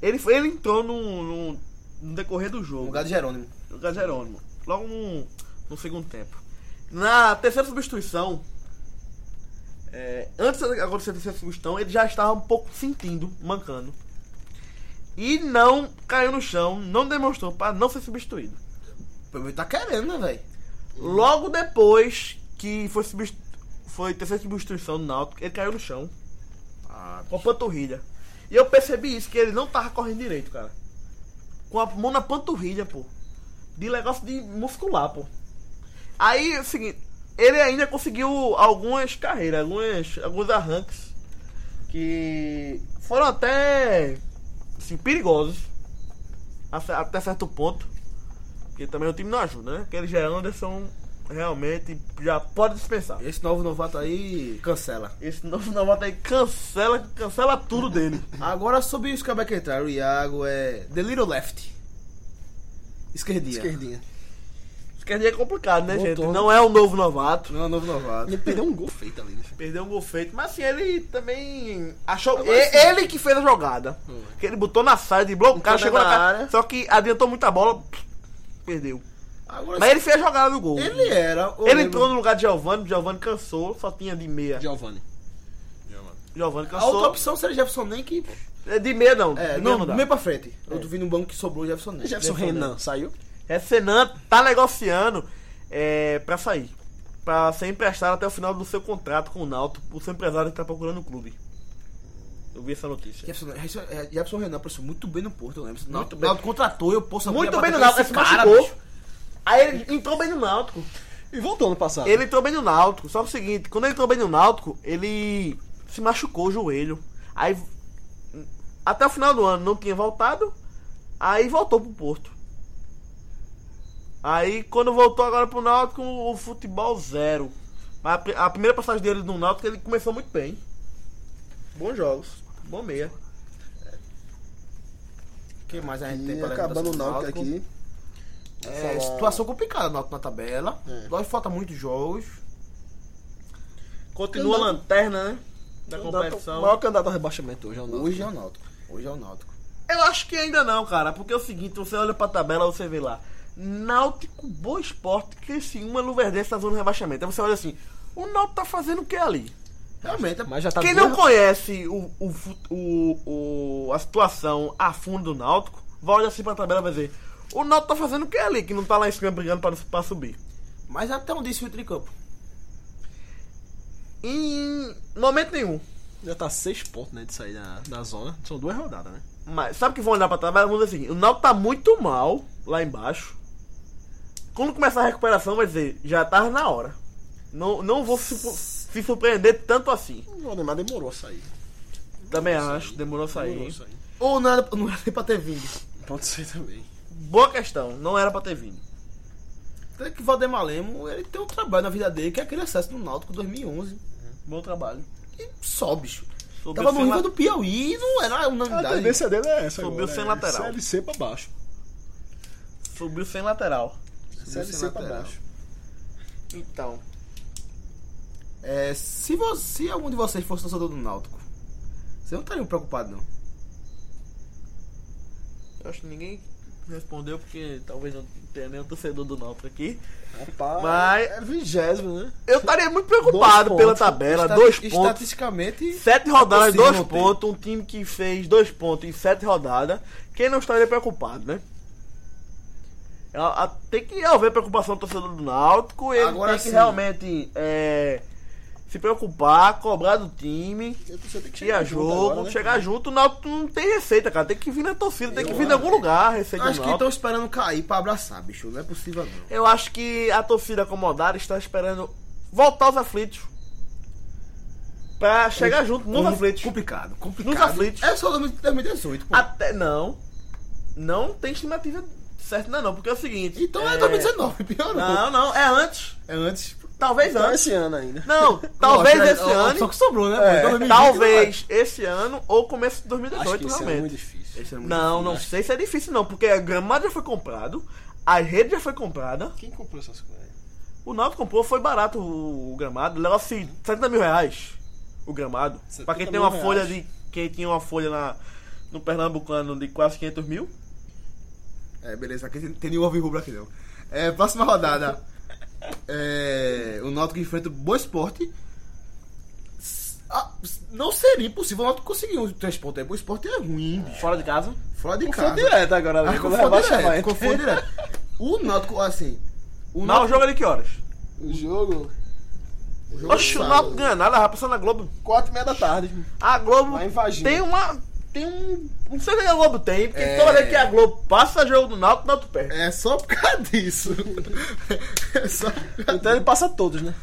Speaker 1: Ele, foi- ele entrou no, no- no decorrer do
Speaker 2: No
Speaker 1: jogo.
Speaker 2: lugar de Jerônimo.
Speaker 1: Lugar é Jerônimo. Logo no, no segundo tempo. Na terceira substituição, é, antes de acontecer a terceira substituição, ele já estava um pouco sentindo, mancando. E não caiu no chão, não demonstrou para não ser substituído.
Speaker 2: Pelo menos tá querendo, né, velho?
Speaker 1: Logo depois que foi, substitu- foi terceira substituição do Náutico, ele caiu no chão
Speaker 2: Ah,
Speaker 1: com a panturrilha. E eu percebi isso, que ele não tava correndo direito, cara. Com a mão na panturrilha, pô. De negócio de muscular, pô. Aí, é o seguinte, ele ainda conseguiu algumas carreiras, algumas, alguns arranques que foram até assim, perigosos a cer- até certo ponto. Porque também o time não ajuda, né? Aquele Jean Anderson realmente já pode dispensar.
Speaker 2: Esse novo novato aí cancela.
Speaker 1: Esse novo novato aí cancela, cancela tudo dele.
Speaker 2: Agora sobre os cabas que entraram, o Iago é The Little Left. Esquerdinha.
Speaker 4: Esquerdinha.
Speaker 1: Isso quer dizer é complicado, né,
Speaker 4: Voltou,
Speaker 1: gente?
Speaker 4: né?
Speaker 1: Não é um novo novato.
Speaker 2: Não é novo novato.
Speaker 4: Ele perdeu um gol feito ali, né?
Speaker 1: Perdeu um gol feito, mas assim, ele também achou.
Speaker 4: Agora
Speaker 1: e-
Speaker 4: sim.
Speaker 1: Ele que fez a jogada. Que ele botou na saia de bloco, o cara
Speaker 2: Entrou
Speaker 1: chegou na
Speaker 2: na
Speaker 1: cara.
Speaker 2: área.
Speaker 1: Só que adiantou muita bola, perdeu.
Speaker 2: Agora
Speaker 1: Mas ele fez a jogada do gol.
Speaker 2: ele é era. eu
Speaker 1: Ele
Speaker 2: lembro-
Speaker 1: entrou no lugar de Giovanni, Giovanni cansou, só tinha de meia.
Speaker 4: Giovanni.
Speaker 1: Giovanni
Speaker 2: A outra
Speaker 1: cansou.
Speaker 2: opção seria Jefferson Nem que.
Speaker 1: É, De meia não.
Speaker 2: É,
Speaker 1: de meia
Speaker 2: não,
Speaker 1: não dá.
Speaker 2: meio pra frente. Eu vi no banco que sobrou o Jefferson Nem.
Speaker 4: Jefferson Renan saiu.
Speaker 1: É Senan tá negociando é, pra sair. Pra ser emprestado até o final do seu contrato com o Náutico. O seu empresário tá procurando o clube. Eu vi essa notícia.
Speaker 2: Jefferson, Jefferson- é, Jefferson Renan apareceu muito bem no Porto, eu lembro. Muito
Speaker 1: bem.
Speaker 2: contratou e o Porto sabia
Speaker 1: Muito
Speaker 2: bater
Speaker 1: bem no
Speaker 2: com
Speaker 1: Náutico,
Speaker 2: esse
Speaker 1: se
Speaker 2: cara,
Speaker 1: machucou.
Speaker 2: bicho.
Speaker 1: Aí ele entrou bem no Náutico.
Speaker 4: E voltou ano passado.
Speaker 1: Ele entrou bem no Náutico, só que é o seguinte, quando ele entrou bem no Náutico, ele se machucou o joelho. Aí até o final do ano não tinha voltado, aí voltou pro Porto. Aí quando voltou agora pro Náutico, o futebol zero. Mas a pri- a primeira passagem dele no Náutico, ele começou muito bem. Bons jogos, bom meia.
Speaker 2: Quem mais a gente tem
Speaker 4: E
Speaker 2: pra lembrar
Speaker 4: acabando o
Speaker 2: sobre
Speaker 4: Náutico aqui.
Speaker 2: É,
Speaker 4: Falar-
Speaker 2: situação complicada na, na tabela.
Speaker 4: É.
Speaker 2: Lógico, falta muitos jogos.
Speaker 1: Continua a
Speaker 4: Não dá-
Speaker 1: lanterna, né? Da
Speaker 4: Candidato-
Speaker 1: competição.
Speaker 4: O maior candidato ao rebaixamento hoje é o Náutico.
Speaker 2: Hoje é o Náutico. Hoje é o Náutico.
Speaker 1: Eu acho que ainda não, cara, porque é o seguinte, você olha pra tabela, você vê lá, Náutico, Boa Esporte, Criciúma, Luverdense, na zona de rebaixamento. Aí você olha assim, o Náutico tá fazendo o que ali?
Speaker 2: Realmente, é-
Speaker 4: Mas já tá
Speaker 1: Quem
Speaker 4: duas-
Speaker 1: não conhece o, o, fu- o- o- a situação a fundo do Náutico, vai olhar assim pra tabela e vai dizer, o Náutico tá fazendo o que ali, que não tá lá em cima brigando pra, pra subir?
Speaker 2: mas um até onde isso filtra em campo.
Speaker 1: Em momento nenhum.
Speaker 4: Já tá seis pontos, né, de sair da, da zona. São duas rodadas, né?
Speaker 1: Mas sabe que vão olhar pra tabela e vão dizer assim, o Náutico tá muito mal lá embaixo. Quando começar a recuperação vai dizer, já tá na hora. Não, não vou se, su- se surpreender tanto assim.
Speaker 4: O Valdemar demorou a sair.
Speaker 1: Também
Speaker 4: Demorou a
Speaker 1: acho, demorou a sair.
Speaker 4: Demorou a sair.
Speaker 2: Ou não era, não era nem pra ter vindo.
Speaker 4: Pode ser também.
Speaker 1: Boa questão, não era pra ter vindo.
Speaker 2: Até que Valdemar Lemo, ele tem um trabalho na vida dele, que é aquele acesso no Náutico 2011.
Speaker 1: Bom trabalho.
Speaker 2: E só, bicho.
Speaker 1: Sobre
Speaker 2: Tava no
Speaker 1: sem
Speaker 2: nível
Speaker 1: la-
Speaker 2: do Piauí e não era
Speaker 4: A
Speaker 2: unanimidade.
Speaker 4: tendência dele é essa
Speaker 1: Subiu
Speaker 4: agora,
Speaker 1: sem
Speaker 4: é
Speaker 1: lateral.
Speaker 4: CLC pra baixo.
Speaker 1: Subiu sem lateral.
Speaker 3: é
Speaker 2: sem
Speaker 4: CLC pra
Speaker 2: lateral.
Speaker 4: baixo.
Speaker 1: Então,
Speaker 2: É, se, você, se algum de vocês fosse torcedor do Náutico, vocês não estariam preocupados, não.
Speaker 1: eu acho que ninguém respondeu porque talvez não tenha nenhum torcedor do Náutico aqui.
Speaker 4: Rapaz,
Speaker 1: Mas-
Speaker 4: é vigésimo, né?
Speaker 1: Eu estaria muito preocupado
Speaker 4: Dois
Speaker 1: pela
Speaker 4: pontos.
Speaker 1: tabela,
Speaker 2: Estati-
Speaker 1: dois pontos.
Speaker 2: Estatisticamente,
Speaker 1: Sete rodadas,
Speaker 2: possível
Speaker 1: dois
Speaker 2: não ter.
Speaker 1: pontos. Um time que fez dois pontos em sete rodadas. Quem não estaria preocupado, né? A- a- Tem que haver preocupação do torcedor do Náutico. Ele
Speaker 2: Agora
Speaker 1: tem que
Speaker 2: sim.
Speaker 1: realmente é, se preocupar, cobrar do time.
Speaker 4: Você tem que
Speaker 1: Ir a jogo,
Speaker 4: agora, né?
Speaker 1: chegar junto. O Náutico não tem receita, cara. Tem que vir na torcida, tem que
Speaker 4: Eu
Speaker 1: vir em algum lugar a receita do
Speaker 2: acho que então-
Speaker 1: Náutico.
Speaker 2: estão esperando cair pra abraçar, bicho. Não é possível, não.
Speaker 1: Eu acho que a torcida acomodada está esperando voltar aos aflitos. Pra chegar junto nos
Speaker 2: Compli-
Speaker 1: aflitos.
Speaker 2: Complicado, complicado.
Speaker 1: Nos aflitos.
Speaker 2: É só 2018, pô.
Speaker 1: Até não. Não tem estimativa certa ainda não, porque é o seguinte.
Speaker 2: Então é, 2019, piorou.
Speaker 1: Não, não, é antes.
Speaker 2: É antes. é assim,
Speaker 1: Talvez
Speaker 4: Então,
Speaker 1: antes.
Speaker 4: esse ano ainda.
Speaker 1: Não, talvez
Speaker 2: Lógico,
Speaker 1: esse
Speaker 2: é- é- Só
Speaker 1: ano.
Speaker 2: que sobrou, né?
Speaker 4: É,
Speaker 2: pô? 2020 não
Speaker 1: Talvez esse ano ou começo de
Speaker 4: Acho
Speaker 1: 2018,
Speaker 4: que esse ano é muito
Speaker 1: realmente.
Speaker 4: difícil.
Speaker 2: Esse é muito
Speaker 1: Não, não
Speaker 2: difícil.
Speaker 1: sei se é difícil não, porque a gramada já foi comprado, a rede já foi comprada,
Speaker 4: Quem comprou essas coisas?
Speaker 1: o Náutico comprou, foi barato o, o gramado, levou assim, 70 mil reais o gramado. Pra quem
Speaker 4: 70
Speaker 1: tem uma
Speaker 4: mil
Speaker 1: folha
Speaker 4: reais.
Speaker 1: de. Quem tinha uma folha na, no Pernambucano de quase 500 mil,
Speaker 2: É, beleza. Aqui tem- tem nenhum ovo rubro aqui, não. É, próxima rodada. É, o Náutico enfrenta o Boa Esporte. S- ah, s- não seria impossível o Náutico conseguir uns três pontos aí. Boa Esporte é ruim, bicho.
Speaker 1: fora de casa.
Speaker 2: Fora de
Speaker 4: Confio
Speaker 2: casa.
Speaker 4: direto agora.
Speaker 2: Ah,
Speaker 4: né? Quando
Speaker 2: confronto
Speaker 4: rebaixa,
Speaker 2: direto,
Speaker 4: vai.
Speaker 2: confronto direto. O Náutico, assim... O
Speaker 1: Mas o
Speaker 2: Náutico,
Speaker 1: jogo é de que horas?
Speaker 4: O jogo,
Speaker 2: o jogo
Speaker 1: Oxe,
Speaker 2: é
Speaker 1: o
Speaker 2: sábado.
Speaker 1: Náutico ganha nada, vai passar na Globo.
Speaker 4: quatro e meia da tarde.
Speaker 1: A Globo
Speaker 4: Lá em Varginha.
Speaker 1: tem uma tem um. Não sei nem a Globo tem, porque
Speaker 2: É.
Speaker 1: toda vez que a Globo passa jogo do Náutico, o Náutico perde.
Speaker 2: É só por causa disso. É só por causa...
Speaker 3: Então ele passa todos, né?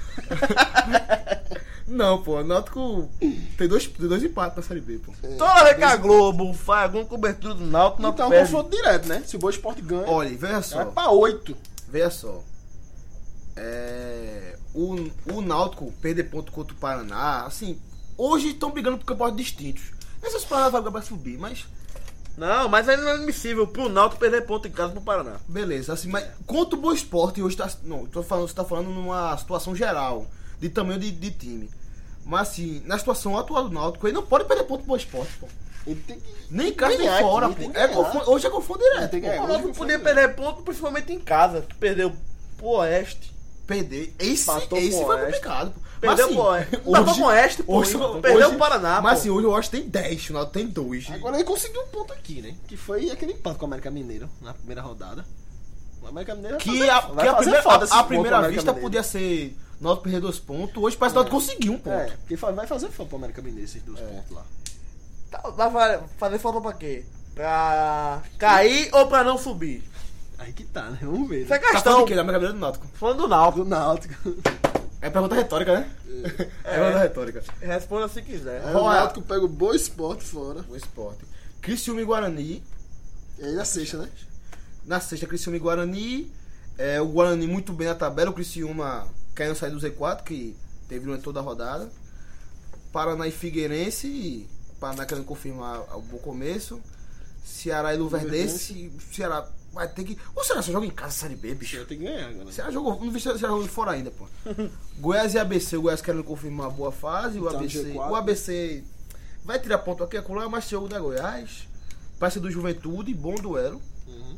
Speaker 2: Não, pô, Náutico tem dois, tem dois empates na Série B, pô.
Speaker 1: Toda vez que a Globo faz alguma cobertura do Náutico, o Náutico
Speaker 3: Então é um
Speaker 1: perde.
Speaker 3: confronto direto, né? Se o Boa Esporte ganha,
Speaker 2: Olha, veja só.
Speaker 3: vai pra oito.
Speaker 2: Veja só. É, o, o Náutico perder ponto contra o Paraná, assim, hoje estão brigando por campeonatos distintos. Essas paradas vai brigar pra subir, mas
Speaker 1: Não, mas é inadmissível pro Náutico perder ponto em casa pro Paraná.
Speaker 2: beleza. Assim, mas quanto o Boa Esporte hoje tá. Não, tô falando, você tá falando numa situação geral, de tamanho de, de time. Mas assim, na situação atual do Náutico, ele não pode perder ponto pro Boa Esporte, pô.
Speaker 3: Ele tem que
Speaker 2: Nem em casa, nem
Speaker 3: Ganhar aqui,
Speaker 2: fora,
Speaker 3: tem
Speaker 2: pô.
Speaker 3: que
Speaker 2: É
Speaker 3: ganhar.
Speaker 2: confronto- hoje é confronto direto.
Speaker 3: Tem que
Speaker 2: pô.
Speaker 3: ganhar.
Speaker 1: O
Speaker 3: hoje
Speaker 1: Náutico
Speaker 3: foi
Speaker 1: podia
Speaker 3: fácil.
Speaker 1: perder ponto, principalmente em casa, que perdeu pro Oeste.
Speaker 2: Perder. Esse,
Speaker 3: Empatou
Speaker 2: esse
Speaker 3: com o
Speaker 2: foi
Speaker 3: Oeste.
Speaker 2: complicado. Pô.
Speaker 1: Perdeu
Speaker 2: assim,
Speaker 1: pro Oeste. Empatou com o Oeste, pô. Perdeu o Paraná,
Speaker 2: Mas
Speaker 1: pô.
Speaker 2: assim, hoje o Oeste tem 10, o Náutico tem 2.
Speaker 3: Agora ele conseguiu um ponto aqui, né? Que foi aquele empate com o América Mineiro na primeira rodada. O América Mineiro vai
Speaker 2: Que
Speaker 3: fazer-
Speaker 2: a,
Speaker 3: vai
Speaker 2: que a
Speaker 3: fazer
Speaker 2: primeira, a,
Speaker 3: falta esse
Speaker 2: a
Speaker 3: ponto pro
Speaker 2: primeira
Speaker 3: América
Speaker 2: vista
Speaker 3: Mineiro.
Speaker 2: podia ser Náutico perder dois pontos. Hoje parece que o Náutico conseguiu um ponto.
Speaker 3: É, porque fa- vai fazer falta pro América Mineiro esses
Speaker 2: É.
Speaker 3: dois pontos lá.
Speaker 1: Tá, vai fa- fazer falta pra quê? Pra cair ou pra não subir?
Speaker 3: Aí que tá, né? Vamos ver.
Speaker 1: Isso é
Speaker 3: Né?
Speaker 2: Tá falando
Speaker 1: questão.
Speaker 2: o quê? Da América Mineiro do Náutico.
Speaker 1: Falando do Náutico.
Speaker 3: Do Náutico.
Speaker 2: É pergunta retórica, né? É, pergunta retórica.
Speaker 1: Responda se quiser.
Speaker 3: Aí É, o
Speaker 2: Olha.
Speaker 3: Náutico pega o Boa Esporte fora.
Speaker 2: O esporte. Criciúma e Guarani.
Speaker 3: E aí na sexta, né?
Speaker 2: Na sexta, Criciúma e Guarani. É, o Guarani muito bem na tabela. O Criciúma querendo sair do Z4, que teve durante toda a rodada. Paraná e Figueirense. e Paraná querendo confirmar o bom começo. Ceará e Luverdense. O Ceará vai ter que... O Ceará só joga em casa, Série B, bicho.
Speaker 3: Tem que ganhar agora.
Speaker 2: Ceará jogou, não vi se Ceará jogou fora ainda, pô. Goiás e ABC, o Goiás querendo confirmar uma boa fase, o
Speaker 3: Tá no
Speaker 2: ABC,
Speaker 3: G4.
Speaker 2: o ABC vai tirar ponto aqui acolá, mas jogo da Goiás, passe do Juventude, bom duelo.
Speaker 3: Uhum.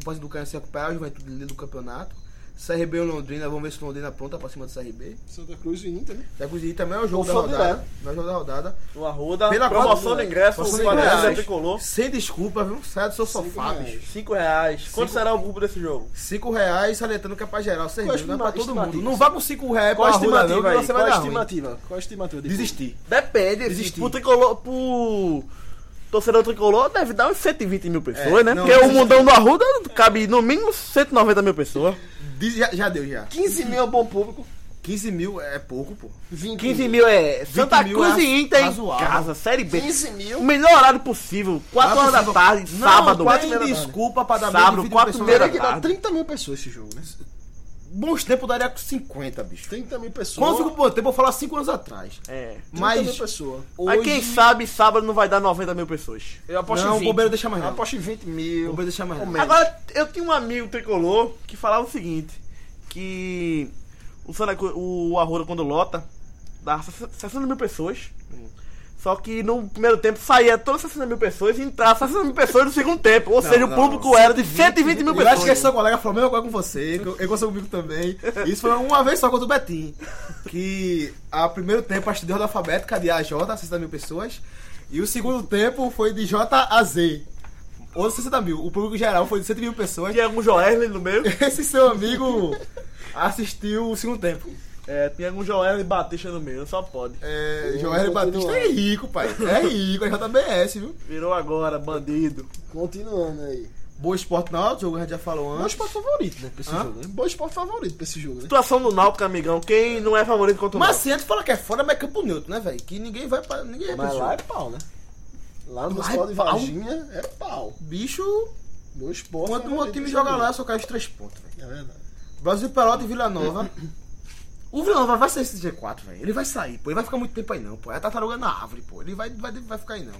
Speaker 2: O passe do Caio se recuperar, o Juventude líder do campeonato. CRB e Londrina, vamos ver se o Londrina pronta pra cima do CRB.
Speaker 3: Santa Cruz e Inter, né?
Speaker 2: Tá inclusive também é o jogo da
Speaker 3: Confronto
Speaker 2: rodada.
Speaker 3: direto.
Speaker 2: É o jogo da rodada.
Speaker 1: O Arruda,
Speaker 2: Pela
Speaker 1: promoção
Speaker 2: quadra,
Speaker 1: do ingresso,
Speaker 2: promoção
Speaker 1: o
Speaker 2: de
Speaker 1: Guarani
Speaker 2: ingresso.
Speaker 1: tricolor.
Speaker 2: Sem desculpa, viu? Sai do seu sofá,
Speaker 3: reais.
Speaker 2: bicho.
Speaker 1: 5 reais. Quanto
Speaker 2: Cinco-
Speaker 1: será o cubo desse jogo?
Speaker 2: 5 reais, salientando que é pra geral, vocês
Speaker 3: Qual a
Speaker 2: viram, não é pra todo
Speaker 3: estimativa?
Speaker 2: mundo. Não vá com 5 reais
Speaker 3: Qual
Speaker 2: pra
Speaker 3: a
Speaker 2: rodada, não,
Speaker 3: estimativa
Speaker 2: que
Speaker 3: aí?
Speaker 2: você
Speaker 3: Qual
Speaker 2: vai
Speaker 3: a
Speaker 2: dar ruim.
Speaker 3: estimativa? Qual a estimativa? de ponto?
Speaker 2: Desistir.
Speaker 1: Depende,
Speaker 2: Desistir.
Speaker 1: pro tricolor, pro torcedor tricolor deve dar uns 120 mil pessoas, né?
Speaker 2: não,
Speaker 1: Porque o
Speaker 2: desistir.
Speaker 1: mundão do Arruda cabe no mínimo 190 mil pessoas.
Speaker 2: Diz- já, já deu, já.
Speaker 3: 15 mil é bom público.
Speaker 2: 15 mil é pouco, pô.
Speaker 3: 20
Speaker 1: 15 mil é Santa
Speaker 2: mil
Speaker 1: Cruz
Speaker 2: é
Speaker 1: e Inter em
Speaker 2: razoável.
Speaker 1: casa, Série B.
Speaker 3: 15
Speaker 1: O
Speaker 3: mil.
Speaker 1: melhor horário possível, 4 horas da tarde,
Speaker 2: Não,
Speaker 1: sábado.
Speaker 2: quatro e meia da
Speaker 1: Tem
Speaker 2: tarde. desculpa pra dar
Speaker 1: Sábado,
Speaker 2: meio de
Speaker 1: quatro e
Speaker 2: pessoas.
Speaker 1: meia da
Speaker 3: Teria que dar
Speaker 1: tarde.
Speaker 3: 30 mil pessoas esse jogo, né?
Speaker 2: Bons tempos daria com 50, bicho.
Speaker 3: 30 mil pessoas.
Speaker 2: Quando eu fico bom tempo, eu falo há 5 anos atrás.
Speaker 1: É.
Speaker 3: 30 mil
Speaker 2: Mas
Speaker 3: pessoas.
Speaker 1: Mas
Speaker 2: hoje...
Speaker 1: quem sabe, sábado não vai dar 90 mil pessoas.
Speaker 3: Eu aposto
Speaker 2: Não,
Speaker 3: em
Speaker 2: o
Speaker 3: 20.
Speaker 2: bombeiro deixa mais
Speaker 3: Eu
Speaker 2: não. O
Speaker 3: aposto em 20 mil.
Speaker 2: bombeiro deixa mais
Speaker 3: Ou
Speaker 2: não.
Speaker 3: menos.
Speaker 1: Agora, eu tinha um amigo tricolor que falava o seguinte, que o, Santa Cruz- o Arruda quando lota, dá 60 mil pessoas, só que no primeiro tempo saía todas as 60 mil pessoas e entrava 60 mil pessoas no segundo tempo, ou seja, o
Speaker 2: não,
Speaker 1: público era de 120 mil
Speaker 2: Eu acho que
Speaker 1: pessoas.
Speaker 2: esse seu colega falou a mesma coisa com você, que eu, eu consigo comigo também. Isso foi uma vez só contra o Betim. Que a primeiro tempo a de ordem alfabética de AJ, 60 mil pessoas. E o segundo tempo foi de J a Z. Outros 60 mil. O público geral foi de 100 mil pessoas.
Speaker 1: Tinha algum Joel no meio.
Speaker 2: Esse seu amigo assistiu o segundo tempo.
Speaker 1: É, tinha algum Joel e Batista no meio, só pode.
Speaker 2: É,
Speaker 3: Vamos
Speaker 2: Joel Batista
Speaker 3: continuar.
Speaker 2: é rico, pai. É rico, é JBS, viu?
Speaker 1: Virou agora, bandido.
Speaker 3: Continuando aí.
Speaker 2: Boa Esporte Náutico, jogo que a gente já falou
Speaker 3: Bom
Speaker 2: antes.
Speaker 3: É esporte favorito, né? Pra esse
Speaker 2: Hã?
Speaker 3: jogo, né? Bom esporte favorito pra esse jogo, né?
Speaker 1: Situação do Náutico, amigão, quem não é favorito contra o
Speaker 2: Mas
Speaker 1: Náutico?
Speaker 2: se antes fala que é fora, mas é campo neutro, né, velho? Que ninguém vai pra. Ninguém vai pra
Speaker 3: Mas
Speaker 2: esse
Speaker 3: lá é
Speaker 2: jogo.
Speaker 3: pau, né? Lá no
Speaker 2: Lá é
Speaker 3: Municipal de
Speaker 2: pau?
Speaker 3: Varginha é pau.
Speaker 2: Bicho,
Speaker 3: Bom esporte. é
Speaker 2: quando o
Speaker 3: favorito
Speaker 2: time
Speaker 3: desse
Speaker 2: joga
Speaker 3: jogo.
Speaker 2: lá, só cai os três pontos, velho.
Speaker 3: É verdade.
Speaker 2: Brasil Pelota e Vila Nova. O Vila Nova vai sair desse G4, velho. Ele vai sair, pô. Ele vai ficar muito tempo aí, não, pô. É a tartaruga na árvore, pô. Ele vai, vai, vai ficar aí, não.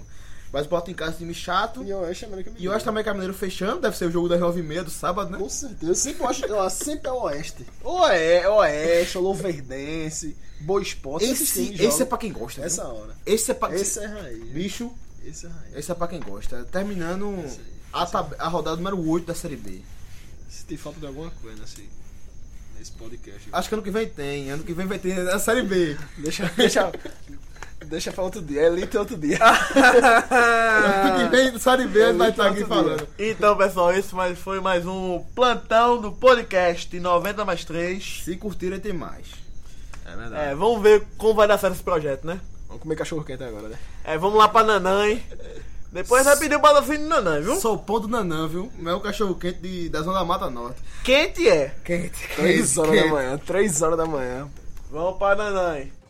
Speaker 2: Mas bota em casa time chato.
Speaker 3: E é eu acho América Mineiro.
Speaker 2: E eu acho também que a Mineiro fechando. Deve ser o jogo das 9h30 do sábado, né?
Speaker 3: Com certeza. Eu sempre acho. Ela sempre é oeste. Ou é oeste, ou Louverdense, Boa Esporte. esses times
Speaker 2: Esse,
Speaker 3: jogam
Speaker 2: esse é pra quem gosta, viu?
Speaker 3: Essa hora.
Speaker 2: Esse é pra.
Speaker 3: Esse é raiz.
Speaker 2: Bicho,
Speaker 3: Esse é raiz.
Speaker 2: Esse é pra quem gosta. Terminando
Speaker 3: aí.
Speaker 2: a, tab- a rodada número 8 da Série B.
Speaker 3: Se tem falta de alguma coisa nesse, nesse podcast.
Speaker 2: Acho que ano que vem tem. Ano que vem vai ter a Série B.
Speaker 3: Ah, Deixa, deixa, deixa pra outro dia. É elite outro dia. Ah.
Speaker 2: ano que vem Série B
Speaker 3: Eu
Speaker 2: vai
Speaker 3: vi
Speaker 2: estar aqui
Speaker 3: outro
Speaker 2: falando.
Speaker 3: dia.
Speaker 1: Então, pessoal, esse mais- foi mais um plantão do podcast 90 mais 3.
Speaker 2: Se curtirem, tem mais.
Speaker 3: É verdade.
Speaker 1: É, vamos ver como vai dar certo esse projeto, né?
Speaker 3: Vamos comer cachorro quente agora, né?
Speaker 1: É, vamos lá pra Nanã, hein? Depois vai pedir o Battlefield Nanã, viu?
Speaker 2: Sou o pão do Nanã, viu? Não é o cachorro quente de- da Zona da Mata Norte.
Speaker 1: Quente é.
Speaker 2: Quente, quente.
Speaker 3: Três horas da manhã, três horas da manhã.
Speaker 1: Vamos para Nanã. hein?